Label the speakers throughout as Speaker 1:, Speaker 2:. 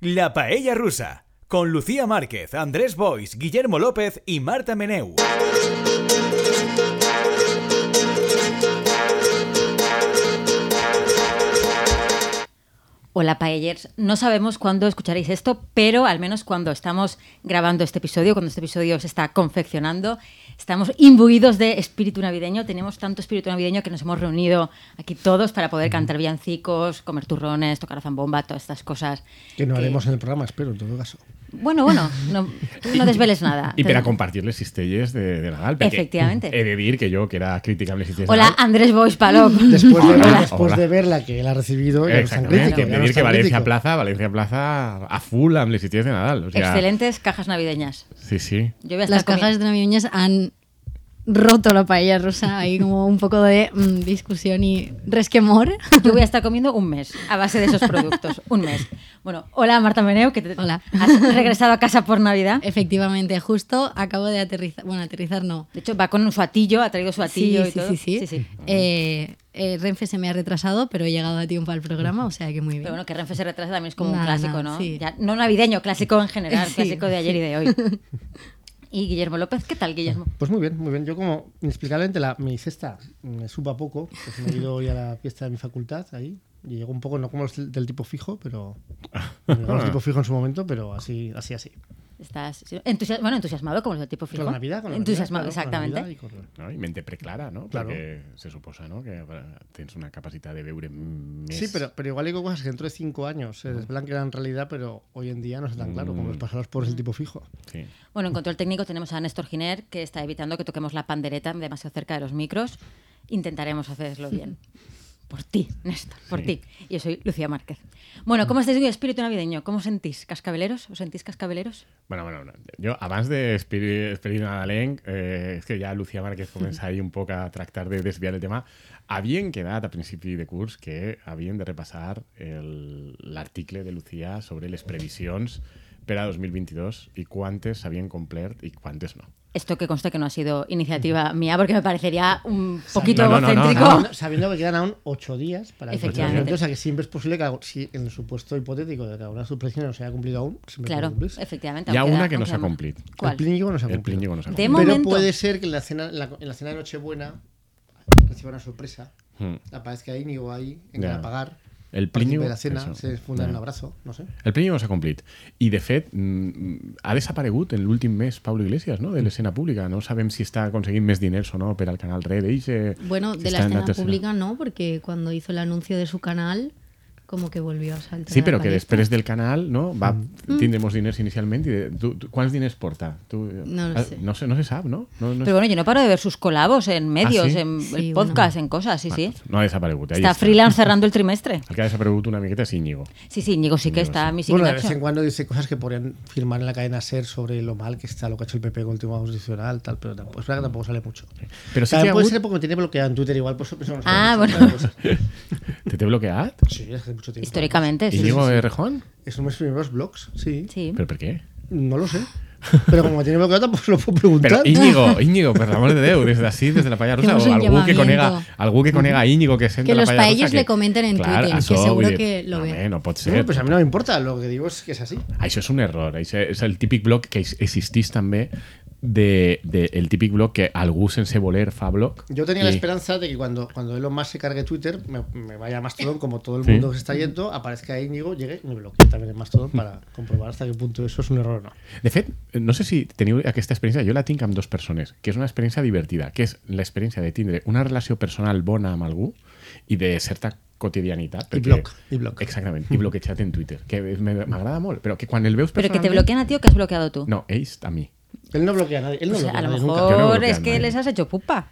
Speaker 1: La Paella Rusa, con Lucía Márquez, Andrés Bois, Guillermo López y Marta Meneu.
Speaker 2: Hola paellers, no sabemos cuándo escucharéis esto, pero al menos cuando estamos grabando este episodio, cuando este episodio se está confeccionando, estamos imbuidos de espíritu navideño, tenemos tanto espíritu navideño que nos hemos reunido aquí todos para poder cantar villancicos, comer turrones, tocar zambomba, todas estas cosas.
Speaker 3: Que no haremos en el programa, espero, en todo caso.
Speaker 2: Bueno, bueno, no, tú no desveles nada.
Speaker 4: Y para compartirles estelles de, de Nadal. perquè
Speaker 2: Efectivamente.
Speaker 4: He de dir que yo, que era criticable existencial.
Speaker 2: Hola Andrés Bois Palop.
Speaker 3: Después de,
Speaker 4: Hola.
Speaker 3: después
Speaker 4: Hola.
Speaker 3: de verla, que él ha recibido, ya no es tan
Speaker 4: Exactamente,
Speaker 3: crítico, pues ya no
Speaker 4: que pedir
Speaker 3: es
Speaker 4: que
Speaker 3: tan
Speaker 4: Valencia
Speaker 3: crítico.
Speaker 4: Plaza, Valencia Plaza a full amb les sitios de Nadal. O sea,
Speaker 2: Excelentes cajas navideñas.
Speaker 4: Sí, sí.
Speaker 2: Yo voy a estar
Speaker 5: Las
Speaker 2: comi-
Speaker 5: cajas de navideñas han roto la paella rusa. Hay como un poco de mm, discusión y resquemor.
Speaker 2: Yo voy a estar comiendo un mes a base de esos productos. Un mes. Bueno, hola Marta Meneu, que te
Speaker 5: Hola.
Speaker 2: has regresado a casa por Navidad.
Speaker 5: Efectivamente, justo acabo de aterrizar. Bueno, aterrizar no.
Speaker 2: De hecho, va con su atillo, ha traído su
Speaker 5: Sí,
Speaker 2: atillo y
Speaker 5: sí,
Speaker 2: todo.
Speaker 5: sí, sí. Eh, eh, Renfe se me ha retrasado, pero he llegado a tiempo al programa, o sea que muy bien.
Speaker 2: Pero bueno, que Renfe se retrasa también es como un
Speaker 5: Nada,
Speaker 2: clásico,
Speaker 5: nada,
Speaker 2: ¿no?
Speaker 5: sí.
Speaker 2: Ya, no navideño, clásico en general,
Speaker 5: Sí,
Speaker 2: clásico de ayer y de hoy. Y Guillermo López, ¿qué tal, Guillermo?
Speaker 3: Pues muy bien, muy bien. Yo como inexplicablemente la, mi cesta me suba poco, pues me he ido hoy a la fiesta de mi facultad ahí y llegó un poco, no como los del tipo fijo, pero no como el tipo fijo en su momento, pero así, así, así.
Speaker 2: ¿Estás entusias- bueno, entusiasmado como el tipo fijo?
Speaker 3: Con la Navidad, con la
Speaker 2: entusiasmado,
Speaker 3: Navidad, claro, con la
Speaker 2: exactamente.
Speaker 3: Navidad y con-
Speaker 4: No? I mente preclara, no?
Speaker 3: Claro.
Speaker 4: Perquè se suposa no? que eh, tens una capacidad de veure més...
Speaker 3: Sí, pero, pero igual hay cosas que dentro de cinco años se desblanquean en realidad, pero hoy en día no es tan claro
Speaker 4: Mm.
Speaker 3: como los pasados por el tipo fijo.
Speaker 4: Sí.
Speaker 2: Bueno, en control técnico tenemos a Néstor Giner, que está evitando que toquemos la pandereta demasiado cerca de los micros. Intentaremos hacerlo bien. Por ti, Néstor, por
Speaker 4: Sí. Mm.
Speaker 2: ti. Yo soy Lucía Márquez. Bueno, ¿cómo estáis de espíritu navideño? ¿Cómo os sentís? ¿Cascabeleros? ¿Os sentís cascabeleros?
Speaker 4: Bueno, bueno, bueno. Jo, abans d'Esperit Nadalenc, eh, és que ja Lucía Márquez comença ahir un poc a tractar de desviar el tema. Havien quedat a principi de curs que havien de repassar el- l'article de Lucía sobre les previsions per a 2022 i quantes s'havien complert i quantes no.
Speaker 2: Esto que consta que no ha sido iniciativa mía, porque me parecería un poquito
Speaker 4: Mm. No, no, no,
Speaker 2: egocéntrico.
Speaker 4: no.
Speaker 3: Sabiendo- Sabiendo que quedan aún ocho días para el
Speaker 2: Efectivamente.
Speaker 3: procedimiento, o sea que siempre es posible que algo- si en el supuesto hipotético de que alguna supresión no se haya cumplido aún, siempre
Speaker 2: Claro,
Speaker 3: puede cumplirse.
Speaker 2: efectivamente.
Speaker 4: Hi ha
Speaker 2: aún queda-
Speaker 4: una que
Speaker 2: aún
Speaker 4: no s'ha
Speaker 2: queda más.
Speaker 4: complit.
Speaker 3: El
Speaker 2: ¿Cuál?
Speaker 3: Plínigo no se ha
Speaker 4: El
Speaker 3: cumplido.
Speaker 4: Plínigo no s'ha
Speaker 2: De
Speaker 4: complit.
Speaker 2: mo-
Speaker 3: Pero
Speaker 2: momento.
Speaker 3: puede ser que en la cena, en la, en la cena de Nochebuena reciba una sorpresa.
Speaker 4: Mm.
Speaker 3: Aparezca Íñigo ahí, en
Speaker 4: Ya.
Speaker 3: el apagar.
Speaker 4: El
Speaker 3: participe
Speaker 4: Plínigo,
Speaker 3: de la cena,
Speaker 4: eso.
Speaker 3: se funda en
Speaker 4: Ya.
Speaker 3: un abrazo, no sé.
Speaker 4: El Plini no s'ha complit. I, de fet, mm, ha desaparegut en l'últim mes Pablo Iglesias,
Speaker 5: Mm.
Speaker 4: no?, de l'escena pública. No sabem si està aconseguint més diners o no per al canal Red. Ell se,
Speaker 5: Bueno,
Speaker 4: se
Speaker 5: de la
Speaker 4: està en
Speaker 5: escena
Speaker 4: tercera.
Speaker 5: pública no, porque cuando hizo el anuncio de su canal, como que volvió a saltar.
Speaker 4: Sí,
Speaker 5: a la
Speaker 4: però que
Speaker 5: palestra.
Speaker 4: després del canal no, va
Speaker 5: Mm.
Speaker 4: Mm. tindre molts diners inicialment i de, tu, tu, quants diners porta? Tu,
Speaker 5: No lo
Speaker 4: Ah,
Speaker 5: sé.
Speaker 4: no, se, no se sap, no? no, no
Speaker 2: Pero bueno, yo no paro de ver sus colabos en medios,
Speaker 4: ¿Ah, sí?
Speaker 2: en
Speaker 5: Sí,
Speaker 2: el
Speaker 5: bueno.
Speaker 2: podcast, en cosas, sí, sí.
Speaker 4: No ha desaparegut. ahí
Speaker 2: Está freelance cerrando el trimestre.
Speaker 4: El que ha desaparegut una miqueta és Íñigo.
Speaker 2: Sí, sí, Íñigo sí que
Speaker 4: Íñigo,
Speaker 2: está
Speaker 4: sí.
Speaker 2: mi sí que
Speaker 3: Bueno, de vez
Speaker 2: Nacho.
Speaker 3: en cuando dice cosas que podrían firmar en la cadena SER sobre lo mal que está lo que ha hecho el PP con el Tribunal Constitucional, tal, pero tampoco, es verdad que tampoco sale mucho.
Speaker 4: Pero sí que
Speaker 3: También
Speaker 4: ha
Speaker 3: puede
Speaker 4: hagut-
Speaker 3: ser porque me tiene bloqueado en Twitter igual, por eso, por eso no sale
Speaker 2: Ah,
Speaker 3: mucho,
Speaker 2: bueno.
Speaker 3: tal, pues,
Speaker 4: Te té bloqueat?
Speaker 3: sí, hace mucho tiempo.
Speaker 2: Históricamente, sí.
Speaker 4: Íñigo de Rejón?
Speaker 3: Es uno de mis primeros blogs, sí.
Speaker 2: Sí.
Speaker 4: Però per què?
Speaker 3: No lo sé. Pero como me tiene bloqueado tampoco se lo puedo
Speaker 4: Però
Speaker 3: preguntar.
Speaker 4: Íñigo, Íñigo, per l'amor de Déu, des d'ací, des de la Palla Russa,
Speaker 5: Fem-nos
Speaker 4: o
Speaker 5: un
Speaker 4: algú que,
Speaker 5: llamamiento.
Speaker 4: conega, algú que conega a Íñigo que sent
Speaker 5: Que
Speaker 4: de la
Speaker 5: los
Speaker 4: Palla Russa...
Speaker 5: paellos le comenten en Twitter, que
Speaker 4: això,
Speaker 5: seguro
Speaker 4: vull
Speaker 5: que lo
Speaker 4: home,
Speaker 5: ve.
Speaker 4: No pot ser.
Speaker 3: No, pues a mí no me importa, lo que digo es que es así.
Speaker 4: Això és un error. Això és el típic blog que ex- existís també de, de, el típic blog que algú sense voler fa blog.
Speaker 3: Yo tenía la
Speaker 4: i-
Speaker 3: esperanza de que cuando, cuando Elon Musk se cargue Twitter, me, me vaya a Mastodon, como todo el
Speaker 4: Sí.
Speaker 3: mundo que se está yendo, aparezca Íñigo, llegue y me bloquee también en Mastodon para comprobar hasta qué punto eso es un error o no.
Speaker 4: De fet, no sé si teniu aquesta experiència, jo la tinc amb dues persones, que és una experiència divertida, que és l'experiència de tindre una relació personal bona amb algú i de certa quotidianitat.
Speaker 3: I bloc, i bloc.
Speaker 4: Exactament, i bloquejat en Twitter, que me- m'agrada molt, però que quan el veus
Speaker 2: Pero que te
Speaker 4: personalment-
Speaker 2: bloquean a ti o que has bloqueado tú.
Speaker 4: No, ells a mi.
Speaker 3: Él no bloquea a nadie. Él no
Speaker 2: O sea,
Speaker 3: bloquea
Speaker 2: a lo
Speaker 3: nadie
Speaker 2: mejor
Speaker 4: Yo no bloqueo
Speaker 2: es
Speaker 4: a
Speaker 2: que
Speaker 4: nadie.
Speaker 2: les has hecho pupa.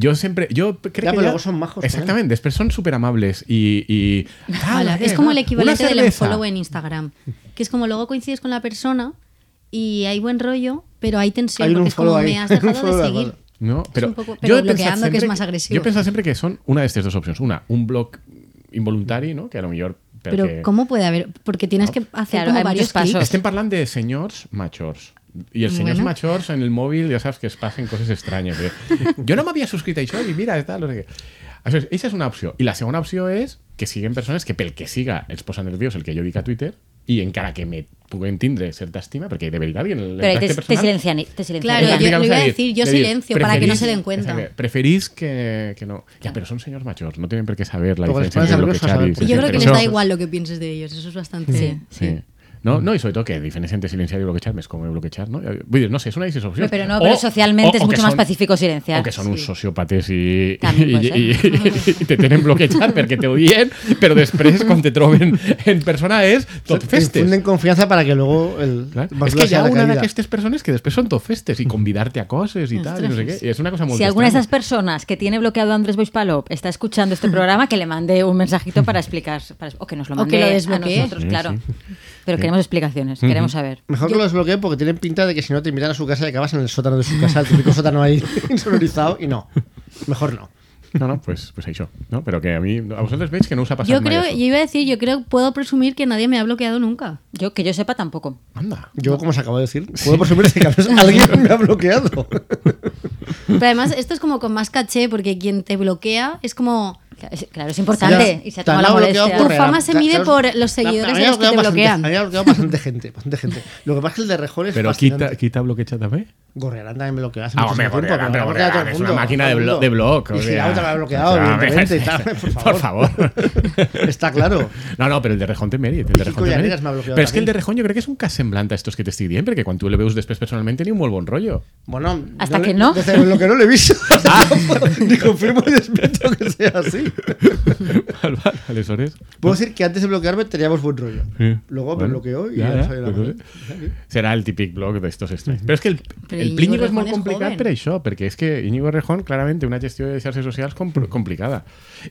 Speaker 4: Jo sempre... Jo crec
Speaker 3: Ja,
Speaker 4: que
Speaker 3: però luego son majos, ¿eh? també.
Speaker 4: Exactament, després són superamables i... i... Ah,
Speaker 5: Hola,
Speaker 4: eh,
Speaker 5: es como el
Speaker 4: una
Speaker 5: equivalente del
Speaker 4: cerveza.
Speaker 5: follow en Instagram, que es como luego coincides con la persona y hay buen rollo, pero hay tensión
Speaker 3: Hay un
Speaker 5: porque es como
Speaker 3: unfollow ahí.
Speaker 5: me has dejado
Speaker 3: Unfollow
Speaker 5: de
Speaker 3: de
Speaker 5: seguir.
Speaker 3: acuerdo.
Speaker 4: No, pero,
Speaker 5: un poco- pero
Speaker 4: he pensat
Speaker 5: bloqueando, que es
Speaker 4: sempre
Speaker 5: más agresivo.
Speaker 4: Yo he pensado siempre que son una de estas dos opciones. Una, un blog involuntario, ¿no? Que a lo mejor.
Speaker 5: Pero
Speaker 4: porque-
Speaker 5: ¿cómo puede haber? Porque tienes que hacer
Speaker 2: Claro,
Speaker 5: como
Speaker 2: hay
Speaker 5: varios
Speaker 2: muchos pasos.
Speaker 5: clics.
Speaker 4: Estén hablando de señores machors. Y el señor
Speaker 5: Bueno.
Speaker 4: machors en el móvil, ya sabes que es pasen cosas extrañas. eh? Yo no me había suscrito a això y mira, tal, no sé qué. Això és- Esa es una opción. Y la segunda opción es que siguen personas que pel que siga els posa nerviós el que yo diga a Twitter, i encara que me puguen tindre certa estima, perquè de veritat... I en el
Speaker 2: Pero ahí te, te
Speaker 4: tracte personal,
Speaker 2: silencian. Te
Speaker 5: Claro,
Speaker 2: silencian.
Speaker 5: yo-
Speaker 4: Digamos,
Speaker 5: lo iba a
Speaker 4: ahí,
Speaker 5: decir, yo
Speaker 4: es decir,
Speaker 5: silencio para que no se
Speaker 4: preferís-
Speaker 5: den cuenta.
Speaker 4: exacto, Preferís que, que no. Ya, pero son señores mayores, no tienen por qué saber la
Speaker 3: Luego les
Speaker 4: diferencia
Speaker 3: pones
Speaker 4: entre lo
Speaker 3: nerviosos
Speaker 4: que
Speaker 3: a
Speaker 4: Xavi
Speaker 3: ver,
Speaker 4: y
Speaker 3: por
Speaker 5: Y yo creo que les
Speaker 4: Sergio.
Speaker 5: da igual lo que pienses de ellos, eso es bastante...
Speaker 2: Sí, sí. Mm.
Speaker 4: Sí. No, no, y sobre todo que diferencia entre silenciar y bloquear es como bloquear, ¿no? Vull dir, no sé, es una decisión opción.
Speaker 2: Pero no, pero socialmente es mucho más pacífico silenciar.
Speaker 4: O que son uns
Speaker 2: Sí.
Speaker 4: sociòpates i,
Speaker 2: També
Speaker 4: i,
Speaker 2: pot ser.
Speaker 4: i, i te tenen bloquejat perquè te odien, però després, quan te troben en persona, és tot festes.
Speaker 3: Infunden confianza para que luego el.
Speaker 4: Clar.
Speaker 3: vas
Speaker 4: És que hi ha
Speaker 3: a la
Speaker 4: una
Speaker 3: caída.
Speaker 4: d'aquestes persones que després són tot festes i convidar-te a coses i tal, i no sé què. I és una cosa molt
Speaker 2: Si alguna de
Speaker 4: estranya.
Speaker 2: esas personas que tiene bloqueado a Andrés Bois Palop está escuchando este programa, que le mande un mensajito para explicar. para- o que nos lo
Speaker 5: O que
Speaker 2: mande
Speaker 5: lo
Speaker 2: a
Speaker 5: desbloquee.
Speaker 2: nosotros,
Speaker 4: Sí,
Speaker 2: claro. Pero queremos explicaciones, queremos saber.
Speaker 3: Mejor que lo desbloquee porque tienen pinta de que si no te invitan a su casa y acabas en el sótano de su casa, el típico sótano ahí insonorizado, y no. Mejor no.
Speaker 4: No, no, pues, pues això. No? Però que a mi... A vosaltres veig que no us ha passat
Speaker 5: Yo
Speaker 4: mai
Speaker 5: creo,
Speaker 4: això.
Speaker 5: yo iba a decir, yo creo, puedo presumir que nadie me ha bloqueado nunca.
Speaker 2: Yo, que yo sepa, tampoco.
Speaker 4: Anda.
Speaker 3: Yo, como se acabo de decir, puedo presumir que a veces alguien me ha bloqueado.
Speaker 5: Pero además, esto es como con más caché, porque quien te bloquea es como.
Speaker 2: Claro, es- Claro, es importante.
Speaker 3: Ya,
Speaker 2: y se ha
Speaker 3: te han
Speaker 2: tomado la
Speaker 3: bloqueado
Speaker 2: molestia.
Speaker 5: Tu
Speaker 3: por
Speaker 5: fama
Speaker 3: real.
Speaker 5: se
Speaker 3: Ya,
Speaker 5: mide
Speaker 3: claro,
Speaker 5: por los seguidores
Speaker 3: a mí
Speaker 5: de
Speaker 3: me ha
Speaker 5: los que te
Speaker 3: bloqueado bastante-
Speaker 5: bloquean.
Speaker 3: A mí me ha bloqueado bastante gente, bastante gente. Lo que pasa es que el de Rejón es
Speaker 4: Pero
Speaker 3: fascinante.
Speaker 4: quita, quita bloqueja també?
Speaker 3: Gorrearán también me bloqueó hace
Speaker 4: Ah,
Speaker 3: muchísimo
Speaker 4: hombre,
Speaker 3: tiempo, pero
Speaker 4: Gorrearán, pero
Speaker 3: me bloquea a todo
Speaker 4: Gorrearán
Speaker 3: el
Speaker 4: es
Speaker 3: mundo,
Speaker 4: una máquina
Speaker 3: a todo
Speaker 4: de
Speaker 3: el
Speaker 4: blo-
Speaker 3: mundo.
Speaker 4: de blog, o
Speaker 3: Y
Speaker 4: sea,
Speaker 3: Girauta me ha
Speaker 4: o
Speaker 3: bloqueado,
Speaker 4: sea,
Speaker 3: evidentemente, y tal,
Speaker 4: por
Speaker 3: por favor.
Speaker 4: favor.
Speaker 3: Está claro.
Speaker 4: No, no, però el de Rejón té mèrit. El de Rejón té
Speaker 3: Llaneras
Speaker 4: mèrit.
Speaker 3: m'ha bloqueat
Speaker 4: Però és que el
Speaker 3: també.
Speaker 4: de Rejón jo crec que és un cas semblant a estos que t'estic dient, perquè quan tu le veus després personalment teniu molt bon rotllo.
Speaker 3: Bueno,
Speaker 2: Hasta
Speaker 3: yo
Speaker 2: que
Speaker 3: le-
Speaker 2: no.
Speaker 3: Desde lo que no le he visto.
Speaker 4: Ah.
Speaker 3: ni confirmo ni desmiento que sea así.
Speaker 4: Val, val, aleshores...
Speaker 3: Puedo decir que antes de bloquearme teníamos buen rollo.
Speaker 4: Ah. Sí.
Speaker 3: Luego me
Speaker 4: Bueno,
Speaker 3: bloqueó y ya,
Speaker 4: ja, ja,
Speaker 3: no sabía la
Speaker 4: pues
Speaker 3: cosa.
Speaker 4: no Serà el típic blog d'estos estranys. Però és que el,
Speaker 5: Però
Speaker 4: el
Speaker 5: Íñigo
Speaker 4: Plínico és
Speaker 5: Rejón
Speaker 4: molt
Speaker 5: és
Speaker 4: complicat
Speaker 5: joven.
Speaker 4: per això, perquè és que Íñigo Rejón clarament té una gestió de xarxes socials compl complicada.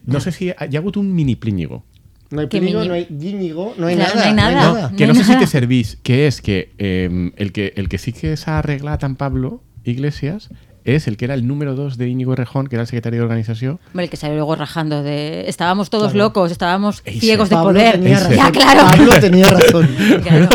Speaker 4: No sé si ha, hi ha hagut un mini Plínigo.
Speaker 3: No hay
Speaker 2: Que
Speaker 3: Pínigo,
Speaker 2: mi-
Speaker 3: no hay Guíñigo, no hay
Speaker 2: Claro,
Speaker 3: nada.
Speaker 2: no hay nada.
Speaker 4: No, que
Speaker 2: no
Speaker 4: no
Speaker 2: hay
Speaker 4: sé si
Speaker 2: nada.
Speaker 4: te servís, que es que, eh, el que el que sí que se ha arreglado en Pablo Iglesias es el que era el número 2 de Íñigo Rejón, que era el secretario de organización.
Speaker 2: Hombre, el que salió luego rajando de. Estábamos todos
Speaker 3: Claro.
Speaker 2: locos, estábamos
Speaker 4: Ese.
Speaker 2: ciegos de
Speaker 3: Pablo
Speaker 2: poder.
Speaker 3: tenía razón.
Speaker 2: Ya, claro.
Speaker 3: Pablo tenía razón.
Speaker 2: Claro.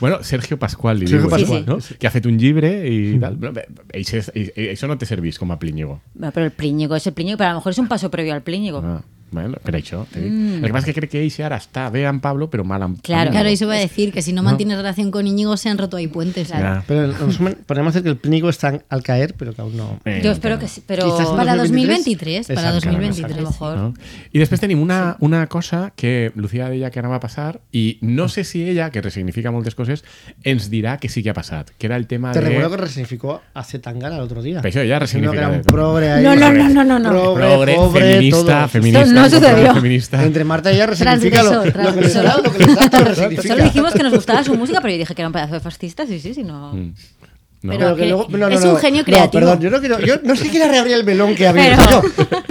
Speaker 4: Bueno, Sergio Pascual, li
Speaker 3: Sergio
Speaker 4: diuen,
Speaker 3: Pascual, Mm.
Speaker 4: no? que ha hecho un libre y tal. Bueno, bé, eixe- eixe- Això no te servís com a Plíñigo.
Speaker 2: Bueno, pero el plíñigo es el plíñigo, pero a lo mejor es un paso previo al plíñigo.
Speaker 4: Ah, bueno, però això, te dic. El que pasa es que cree que Eixe ahora está bé en Pablo, pero mal en
Speaker 2: Mm. Claro.
Speaker 5: Claro,
Speaker 4: Plíñigo.
Speaker 5: eso iba a decir que si no, mantienes relación con Íñigo se han roto ahí puentes.
Speaker 4: Ja.
Speaker 3: Pero en resumen, podríamos decir que el Pínigo está al caer, pero que aún no.
Speaker 4: Eh,
Speaker 2: Yo espero
Speaker 4: entenc.
Speaker 2: que sí, pero.
Speaker 3: Quizás no-
Speaker 5: Para
Speaker 3: 2023,
Speaker 5: 2023, para
Speaker 3: exacto,
Speaker 5: 2023.
Speaker 2: a lo mejor.
Speaker 4: ¿no? Y después tenemos una, una cosa que Lucía deia que anava a pasar y no sé si ella, que resignifica moltes coses, ens dirà que sí que ha passat, que era el tema
Speaker 3: Te
Speaker 4: de...
Speaker 3: recuerdo que resignificó a Zetangana el otro día.
Speaker 4: Ah, Pero eso ya
Speaker 3: Diciendo
Speaker 4: resignifica
Speaker 3: que era un
Speaker 4: de todo.
Speaker 3: progre ahí.
Speaker 5: No, no, no, no, no, no.
Speaker 3: Progre,
Speaker 4: Progre,
Speaker 3: pobre,
Speaker 4: feminista,
Speaker 3: todo.
Speaker 4: feminista,
Speaker 2: Esto no sucedió.
Speaker 4: progre, feminista.
Speaker 3: Entre Marta y ella resignifica lo,
Speaker 5: Transgresor,
Speaker 3: lo que les
Speaker 5: transgresor.
Speaker 3: da, lo que les da, todo resignifica.
Speaker 2: Solo dijimos que nos gustaba su música, pero yo dije que era un pedazo de fascista, sí, sí, sí, no.
Speaker 4: Mm. No?
Speaker 5: Pero-
Speaker 3: que
Speaker 5: que
Speaker 3: luego- no, no,
Speaker 5: es
Speaker 3: no.
Speaker 5: un genio
Speaker 3: No,
Speaker 5: creativo.
Speaker 3: perdón, yo no, quiero, yo no sé quién ha reabrir el melón que abrí
Speaker 2: Pero-
Speaker 3: yo.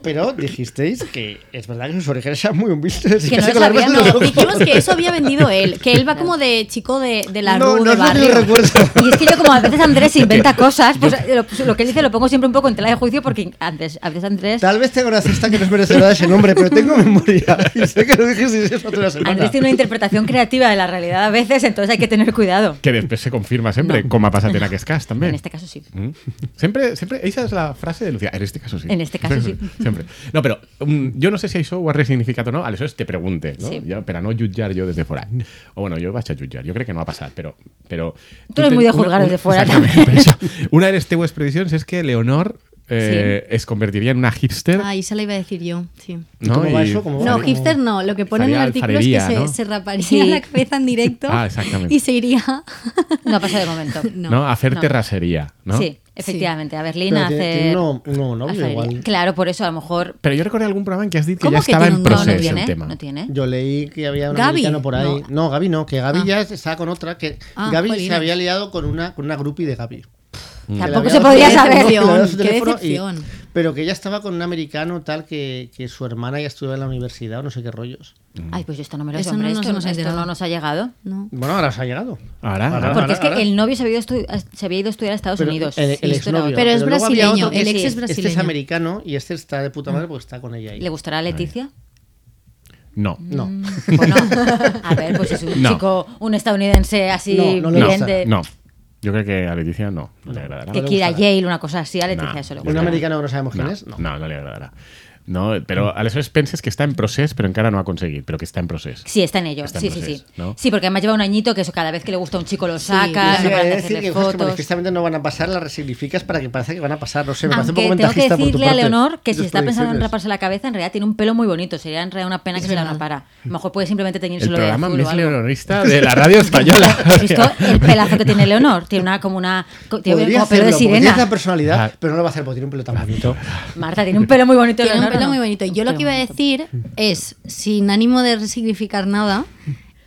Speaker 3: Pero, pero dijisteis que es verdad que sus orígenes eran muy humildes. y
Speaker 5: Que no
Speaker 3: casi con
Speaker 5: lo
Speaker 3: las
Speaker 5: sabía,
Speaker 3: manos en
Speaker 5: no.
Speaker 3: los ojos.
Speaker 5: Dijimos que eso había vendido él, que él va como de chico de, de la
Speaker 3: No,
Speaker 5: rue,
Speaker 3: no
Speaker 5: de
Speaker 3: es lo que
Speaker 5: barrio.
Speaker 3: yo recuerdo.
Speaker 2: Y es que yo como a veces Andrés inventa cosas, pues lo, lo que él dice lo pongo siempre un poco en tela de juicio porque antes, a veces Andrés,
Speaker 3: Tal vez tenga una cesta que no es merecedora de ese nombre, pero tengo memoria. Y sé que lo dijisteis eso hace una semana.
Speaker 2: Andrés tiene una interpretación creativa de la realidad a veces, entonces hay que tener cuidado.
Speaker 4: Que después se confirma siempre,
Speaker 2: No.
Speaker 4: como ha pasado en aquest cas també.
Speaker 2: En este caso sí.
Speaker 4: Mm. Sempre, sempre, eixa és la frase de Lucía. En este caso sí.
Speaker 2: En este caso sí.
Speaker 4: Sempre. No, però um, jo no sé si això ho ha resignificat o no, aleshores te pregunte, no?
Speaker 2: Sí.
Speaker 4: Ja, per a no jutjar jo des de fora. O bueno, jo vaig a jutjar, jo crec que no ha passat, però... però
Speaker 2: Tu eres
Speaker 4: tens
Speaker 2: muy de
Speaker 4: una-
Speaker 2: juzgar
Speaker 4: una-
Speaker 2: des de fora,
Speaker 4: Exactament,
Speaker 2: també.
Speaker 4: per això. Una de les teues prediccions és que Leonor eh, sí. es convertiría en una hipster.
Speaker 5: Ah, esa la iba a decir yo, sí.
Speaker 3: ¿Y cómo va eso? ¿Cómo va?
Speaker 5: No,
Speaker 3: Como-
Speaker 5: hipster no. Lo que pone en el
Speaker 4: Faría
Speaker 5: artículo es que
Speaker 4: alfarería,
Speaker 5: se,
Speaker 4: ¿no?
Speaker 5: se raparía
Speaker 2: Sí.
Speaker 5: la cabeza en directo
Speaker 4: Ah, exactamente.
Speaker 5: y se iría.
Speaker 2: No ha pasado de momento.
Speaker 4: no,
Speaker 5: No.
Speaker 4: no? A fer
Speaker 2: no.
Speaker 4: terrasseria, no?
Speaker 2: Sí, efectivamente, a Berlín
Speaker 3: Pero
Speaker 2: a
Speaker 3: tiene-
Speaker 2: hacer...
Speaker 3: tiene un no- un novio
Speaker 2: alfarería.
Speaker 3: igual.
Speaker 2: Claro, por eso a lo mejor...
Speaker 4: Però jo recordo algun programa en què has dit que
Speaker 5: ¿Cómo
Speaker 4: ja
Speaker 5: que
Speaker 4: estava
Speaker 5: tiene
Speaker 4: en
Speaker 5: un- no, no
Speaker 2: No, no
Speaker 4: procés
Speaker 2: tiene,
Speaker 4: el tema.
Speaker 2: no tiene.
Speaker 3: Yo leí que había un
Speaker 5: Gaby,
Speaker 3: americano por ahí. No,
Speaker 5: no.
Speaker 3: Gaby no, que Gaby ya estaba con otra. Que
Speaker 5: Ah,
Speaker 3: Gaby
Speaker 5: jolines.
Speaker 3: se había liado con una, con una groupie de Gaby. Que
Speaker 4: Mm.
Speaker 3: le
Speaker 2: Tampoco
Speaker 3: había
Speaker 2: se
Speaker 3: dado
Speaker 2: podía
Speaker 3: su
Speaker 2: saber.
Speaker 3: teléfono, que le había dado su
Speaker 5: Qué
Speaker 3: teléfono y-
Speaker 5: decepción.
Speaker 3: pero que ella estaba con un americano tal que, que su hermana ya estudiaba en la universidad o no sé qué rollos.
Speaker 4: Mm.
Speaker 2: Ay, pues yo esto no me lo sé,
Speaker 5: Eso no
Speaker 2: hombre,
Speaker 5: nos
Speaker 2: esto,
Speaker 5: hemos
Speaker 2: esto
Speaker 5: enterado.
Speaker 2: no nos ha llegado.
Speaker 5: No.
Speaker 3: Bueno, ahora se ha llegado. Ahora,
Speaker 4: Ara, ara.
Speaker 2: Porque
Speaker 3: ahora,
Speaker 2: es que
Speaker 3: ahora.
Speaker 2: el novio se había, ido estu- se había ido a estudiar a Estados
Speaker 3: Pero
Speaker 2: Unidos.
Speaker 3: el-
Speaker 2: Y
Speaker 3: el
Speaker 2: esto era
Speaker 3: exnovio.
Speaker 5: Pero es
Speaker 3: Pero luego había
Speaker 5: brasileño,
Speaker 3: otro que
Speaker 5: el ex
Speaker 2: sí.
Speaker 5: es
Speaker 2: Este
Speaker 5: brasileño.
Speaker 3: Este es americano y este está de puta madre porque está con ella ahí.
Speaker 2: ¿Le Mm. gustará a Leticia?
Speaker 4: No.
Speaker 3: No.
Speaker 2: Bueno, a ver, pues es un
Speaker 4: No.
Speaker 2: chico, un estadounidense así
Speaker 3: No, no le
Speaker 2: bien
Speaker 3: gusta.
Speaker 2: de-
Speaker 4: No. Jo crec que a Leticia no, no. li agradarà.
Speaker 2: que
Speaker 3: le
Speaker 2: quiera
Speaker 3: gustará.
Speaker 2: Yale, una cosa así, a Leticia
Speaker 4: Nah,
Speaker 2: eso le
Speaker 4: yo
Speaker 2: gusta.
Speaker 3: Un americano que no sabemos
Speaker 4: No,
Speaker 3: quién es. No.
Speaker 4: no, no le agradará. No, però aleshores penses que està en procés, però encara no ha aconseguit, però que està en procés.
Speaker 2: Sí, está en ello.
Speaker 4: Está en
Speaker 2: sí, sí,
Speaker 4: procés,
Speaker 2: sí.
Speaker 4: ¿no?
Speaker 2: Sí, porque además lleva un añito que eso, cada vez que le gusta a un chico lo
Speaker 5: Sí,
Speaker 2: saca,
Speaker 5: claro.
Speaker 2: Ah, no
Speaker 3: Sí,
Speaker 2: paran de
Speaker 3: es decir, que
Speaker 2: hacerle
Speaker 3: cosas que
Speaker 2: fotos.
Speaker 3: manifestamente no van a pasar, las resignificas para que parezca que van a pasar. No sé, me parece un
Speaker 2: Aunque
Speaker 3: poco
Speaker 2: tengo que
Speaker 3: ventajista por tu
Speaker 2: decirle a
Speaker 3: parte,
Speaker 2: Leonor que si
Speaker 3: tus
Speaker 2: está pensando en
Speaker 3: predicciones.
Speaker 2: raparse la cabeza, en realidad tiene un pelo muy bonito. Sería en realidad una pena
Speaker 5: Es
Speaker 2: que se la
Speaker 5: verdad.
Speaker 2: rapara. A lo mejor puede simplemente
Speaker 4: El
Speaker 2: teñírselo de
Speaker 4: programa
Speaker 2: azul o
Speaker 4: més
Speaker 2: algo.
Speaker 4: leonorista de la ràdio espanyola.
Speaker 2: ¿Has visto el pelazo que tiene Leonor? Tiene una como una co- tiene
Speaker 3: Podría
Speaker 2: como pelo de
Speaker 3: hacerlo, porque tiene esa
Speaker 2: sirena.
Speaker 3: personalidad,
Speaker 4: Ah.
Speaker 3: pero no lo va a hacer porque tiene un pelo tan bonito.
Speaker 2: Marta tiene un pelo muy bonito.
Speaker 5: Tiene un
Speaker 2: Leonor,
Speaker 5: pelo
Speaker 2: ¿no?
Speaker 5: muy bonito. Yo lo que iba a decir es, sin ánimo de resignificar nada,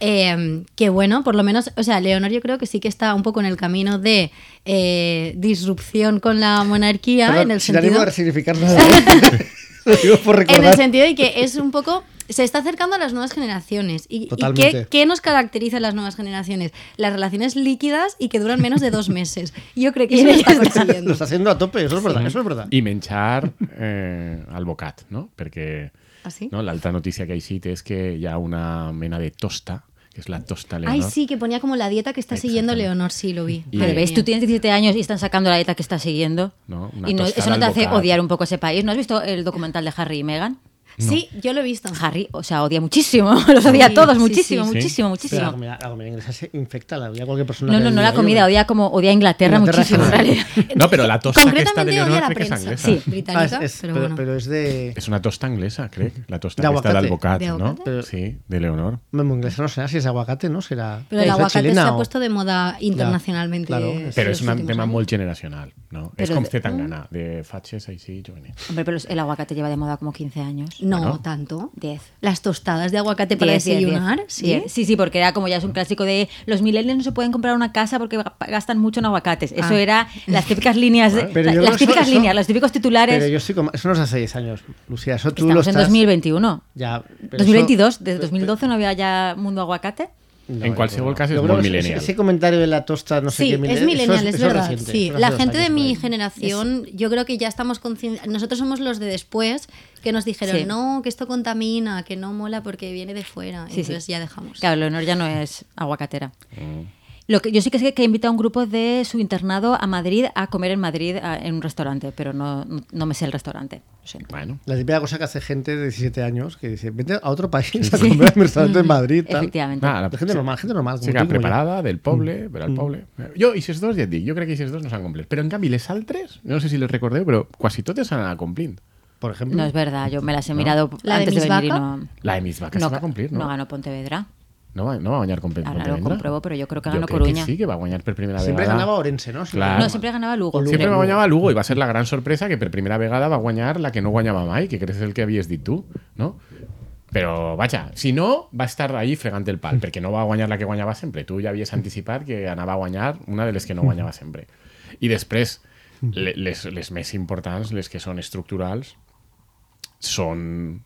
Speaker 5: eh, que bueno, por lo menos, o sea, Leonor yo creo que sí que está un poco en el camino de eh, disrupción con la monarquía,
Speaker 3: Perdón,
Speaker 5: en el
Speaker 3: sin ánimo
Speaker 5: sentido...
Speaker 3: de resignificar nada. ¿eh? lo digo por recordar.
Speaker 5: En el sentido de que es un poco. Se está acercando a las nuevas generaciones. ¿Y, y
Speaker 3: Totalmente.
Speaker 5: qué, qué nos caracteriza a las nuevas generaciones? Las relaciones líquidas y que duran menos de dos meses. Yo creo que eso lo está
Speaker 3: Lo
Speaker 5: consiguiendo.
Speaker 3: está haciendo a tope, eso es verdad. Eso es verdad.
Speaker 4: I menjar eh, al bocat, no? Perquè
Speaker 5: ¿Así?
Speaker 4: no, l'altra notícia que hi cita és que hi ha una mena de tosta, que és la tosta Leonor.
Speaker 5: Ay, sí, que ponía como la dieta que está siguiendo Leonor, sí, lo vi.
Speaker 4: Y-
Speaker 2: Pero
Speaker 5: Madre
Speaker 2: veis,
Speaker 5: mía.
Speaker 2: tú tienes 17 años y están sacando la dieta que estás siguiendo.
Speaker 4: No, una
Speaker 2: y no-
Speaker 4: tostada
Speaker 2: eso no te
Speaker 4: al
Speaker 2: hace
Speaker 4: bocata.
Speaker 2: odiar un poco ese país. ¿No has visto el documental de Harry y Meghan?
Speaker 5: Sí, yo lo he visto.
Speaker 2: Harry, o sea, odia muchísimo. Los odia a todos,
Speaker 5: sí,
Speaker 2: muchísimo,
Speaker 5: sí.
Speaker 4: Sí.
Speaker 2: muchísimo, muchísimo.
Speaker 3: Pero la comida, la comida inglesa se infecta, la odia cualquier persona.
Speaker 2: No,
Speaker 3: que
Speaker 2: no, no
Speaker 3: viva
Speaker 2: la
Speaker 3: ahí,
Speaker 2: comida,
Speaker 3: hombre.
Speaker 2: odia como odia a Inglaterra,
Speaker 3: Inglaterra
Speaker 2: muchísimo en
Speaker 3: general.
Speaker 2: realidad.
Speaker 4: No, pero la tosta que està de
Speaker 5: Concretamente odia
Speaker 4: Leonor
Speaker 5: la
Speaker 4: crec que és
Speaker 5: prensa.
Speaker 4: anglesa.
Speaker 2: Sí.
Speaker 3: Ah, es-
Speaker 5: británica,
Speaker 3: es-
Speaker 5: pero,
Speaker 3: pero,
Speaker 5: bueno.
Speaker 3: pero es de.
Speaker 4: És una tosta anglesa, crec, la tosta De que està
Speaker 3: aguacate.
Speaker 4: del bocat,
Speaker 5: De
Speaker 4: no?
Speaker 5: aguacate.
Speaker 4: Sí, de Leonor.
Speaker 3: Bueno, inglesa no será, si es aguacate, ¿no? Será.
Speaker 5: Pero el
Speaker 3: será
Speaker 5: aguacate
Speaker 3: chilena
Speaker 5: se ha
Speaker 3: o-
Speaker 5: puesto de moda internacionalmente.
Speaker 3: claro,
Speaker 5: en
Speaker 4: Però és
Speaker 5: los
Speaker 4: un
Speaker 5: últimos
Speaker 4: tema
Speaker 5: años.
Speaker 4: molt generacional, no? és
Speaker 2: Però
Speaker 4: com
Speaker 2: de- Mm.
Speaker 4: fer tangana, de fatxes així, jovenets.
Speaker 2: Hombre, pero el aguacate lleva de moda como 15 años.
Speaker 5: No,
Speaker 4: Bueno.
Speaker 5: tanto.
Speaker 2: 10.
Speaker 5: Las tostadas de aguacate para
Speaker 2: Diez, diez, diez.
Speaker 5: desayunar, sí.
Speaker 2: Diez. Sí, sí, porque era como ya es un clásico de los millennials no se pueden comprar una casa porque ga- gastan mucho en aguacates. Eso
Speaker 5: Ah.
Speaker 2: era las típicas líneas, de-
Speaker 3: Pero
Speaker 2: la-
Speaker 3: yo
Speaker 2: las
Speaker 3: creo que eso-
Speaker 2: típicas
Speaker 3: eso-
Speaker 2: líneas, los típicos titulares.
Speaker 3: Pero yo estoy como. Eso no es hace 10 años, Lucía. Eso tú lo
Speaker 2: Estamos en
Speaker 3: estás.
Speaker 2: 2021.
Speaker 3: Ya, pero eso-
Speaker 2: 2022, desde 2012 no había ya mundo aguacate.
Speaker 3: No,
Speaker 4: En
Speaker 3: yo
Speaker 4: qualsevol
Speaker 3: creo-
Speaker 4: cas és
Speaker 3: yo creo
Speaker 4: molt
Speaker 3: que ese-
Speaker 4: millennial.
Speaker 3: Ese comentario de la tosta, no sé
Speaker 5: sí,
Speaker 3: qué
Speaker 5: es
Speaker 3: millennial, eso
Speaker 5: millennial, es,
Speaker 3: eso
Speaker 5: verdad.
Speaker 3: reciente,
Speaker 5: sí,
Speaker 3: eso hace
Speaker 5: la
Speaker 3: dos
Speaker 5: gente de
Speaker 3: años por
Speaker 5: mi
Speaker 3: ahí.
Speaker 5: generación, yo creo que ya estamos conscientes. Nosotros somos los de después que nos dijeron,
Speaker 2: Sí.
Speaker 5: no, que esto contamina, que no mola porque viene de fuera.
Speaker 2: Sí, sí.
Speaker 5: Entonces ya dejamos.
Speaker 2: Claro, Leonor ya no es aguacatera.
Speaker 3: Mm.
Speaker 2: Lo que, yo sí que sé que invita a un grupo de su internado a Madrid a comer en Madrid a- en un restaurante, pero no, no- no me sé el restaurante. Lo siento.
Speaker 4: Bueno,
Speaker 3: La típica cosa que hace gente de 17 años que dice, vete a otro país a comprar un restaurante en Madrid. Tal.
Speaker 2: Efectivamente.
Speaker 4: va, la-
Speaker 3: La gente normal, gente normal. Mm. Como
Speaker 4: Siga
Speaker 3: tú, como yo.
Speaker 4: preparada, del poble, però al poble. Jo, i sis dos, ja et dic, jo crec que sis dos no s'han complert. Però, en canvi, les altres, no sé si les recordeu, però quasi totes s'han anat complint.
Speaker 3: Por ejemplo.
Speaker 2: No es verdad, yo me las he mirado
Speaker 5: ¿La de
Speaker 2: antes de,
Speaker 5: Miss
Speaker 2: venir
Speaker 5: Vaca?
Speaker 2: y no.
Speaker 4: La de Miss Vaca no, se va complir, no?
Speaker 2: no ganó Pontevedra.
Speaker 4: No, va, no va guanyar com
Speaker 2: Ara
Speaker 4: Pontevedra.
Speaker 2: lo comprovo, però jo crec que
Speaker 4: Jo
Speaker 2: ganó
Speaker 4: crec
Speaker 2: Coruña.
Speaker 4: Que sí, que va guanyar per primera
Speaker 3: Siempre
Speaker 4: vegada.
Speaker 3: ganaba Orense, ¿no? Siempre
Speaker 4: Clar.
Speaker 3: ganaba-
Speaker 2: No, siempre ganaba Lugo.
Speaker 3: Lugo. Lugo.
Speaker 4: Sempre Ah, va guanyar a Lugo i va ser la gran sorpresa que per primera vegada va guanyar la que no guanyava mai, que crec que és el que havies dit tu, no? Però, vaja, si no, va estar ahí fregant el pal, perquè no va guanyar la que guanyava sempre. Tu ja havies anticipat que anava a guanyar una de les que no guanyava sempre. I després, le- les, les més importants, les que són estructurals, són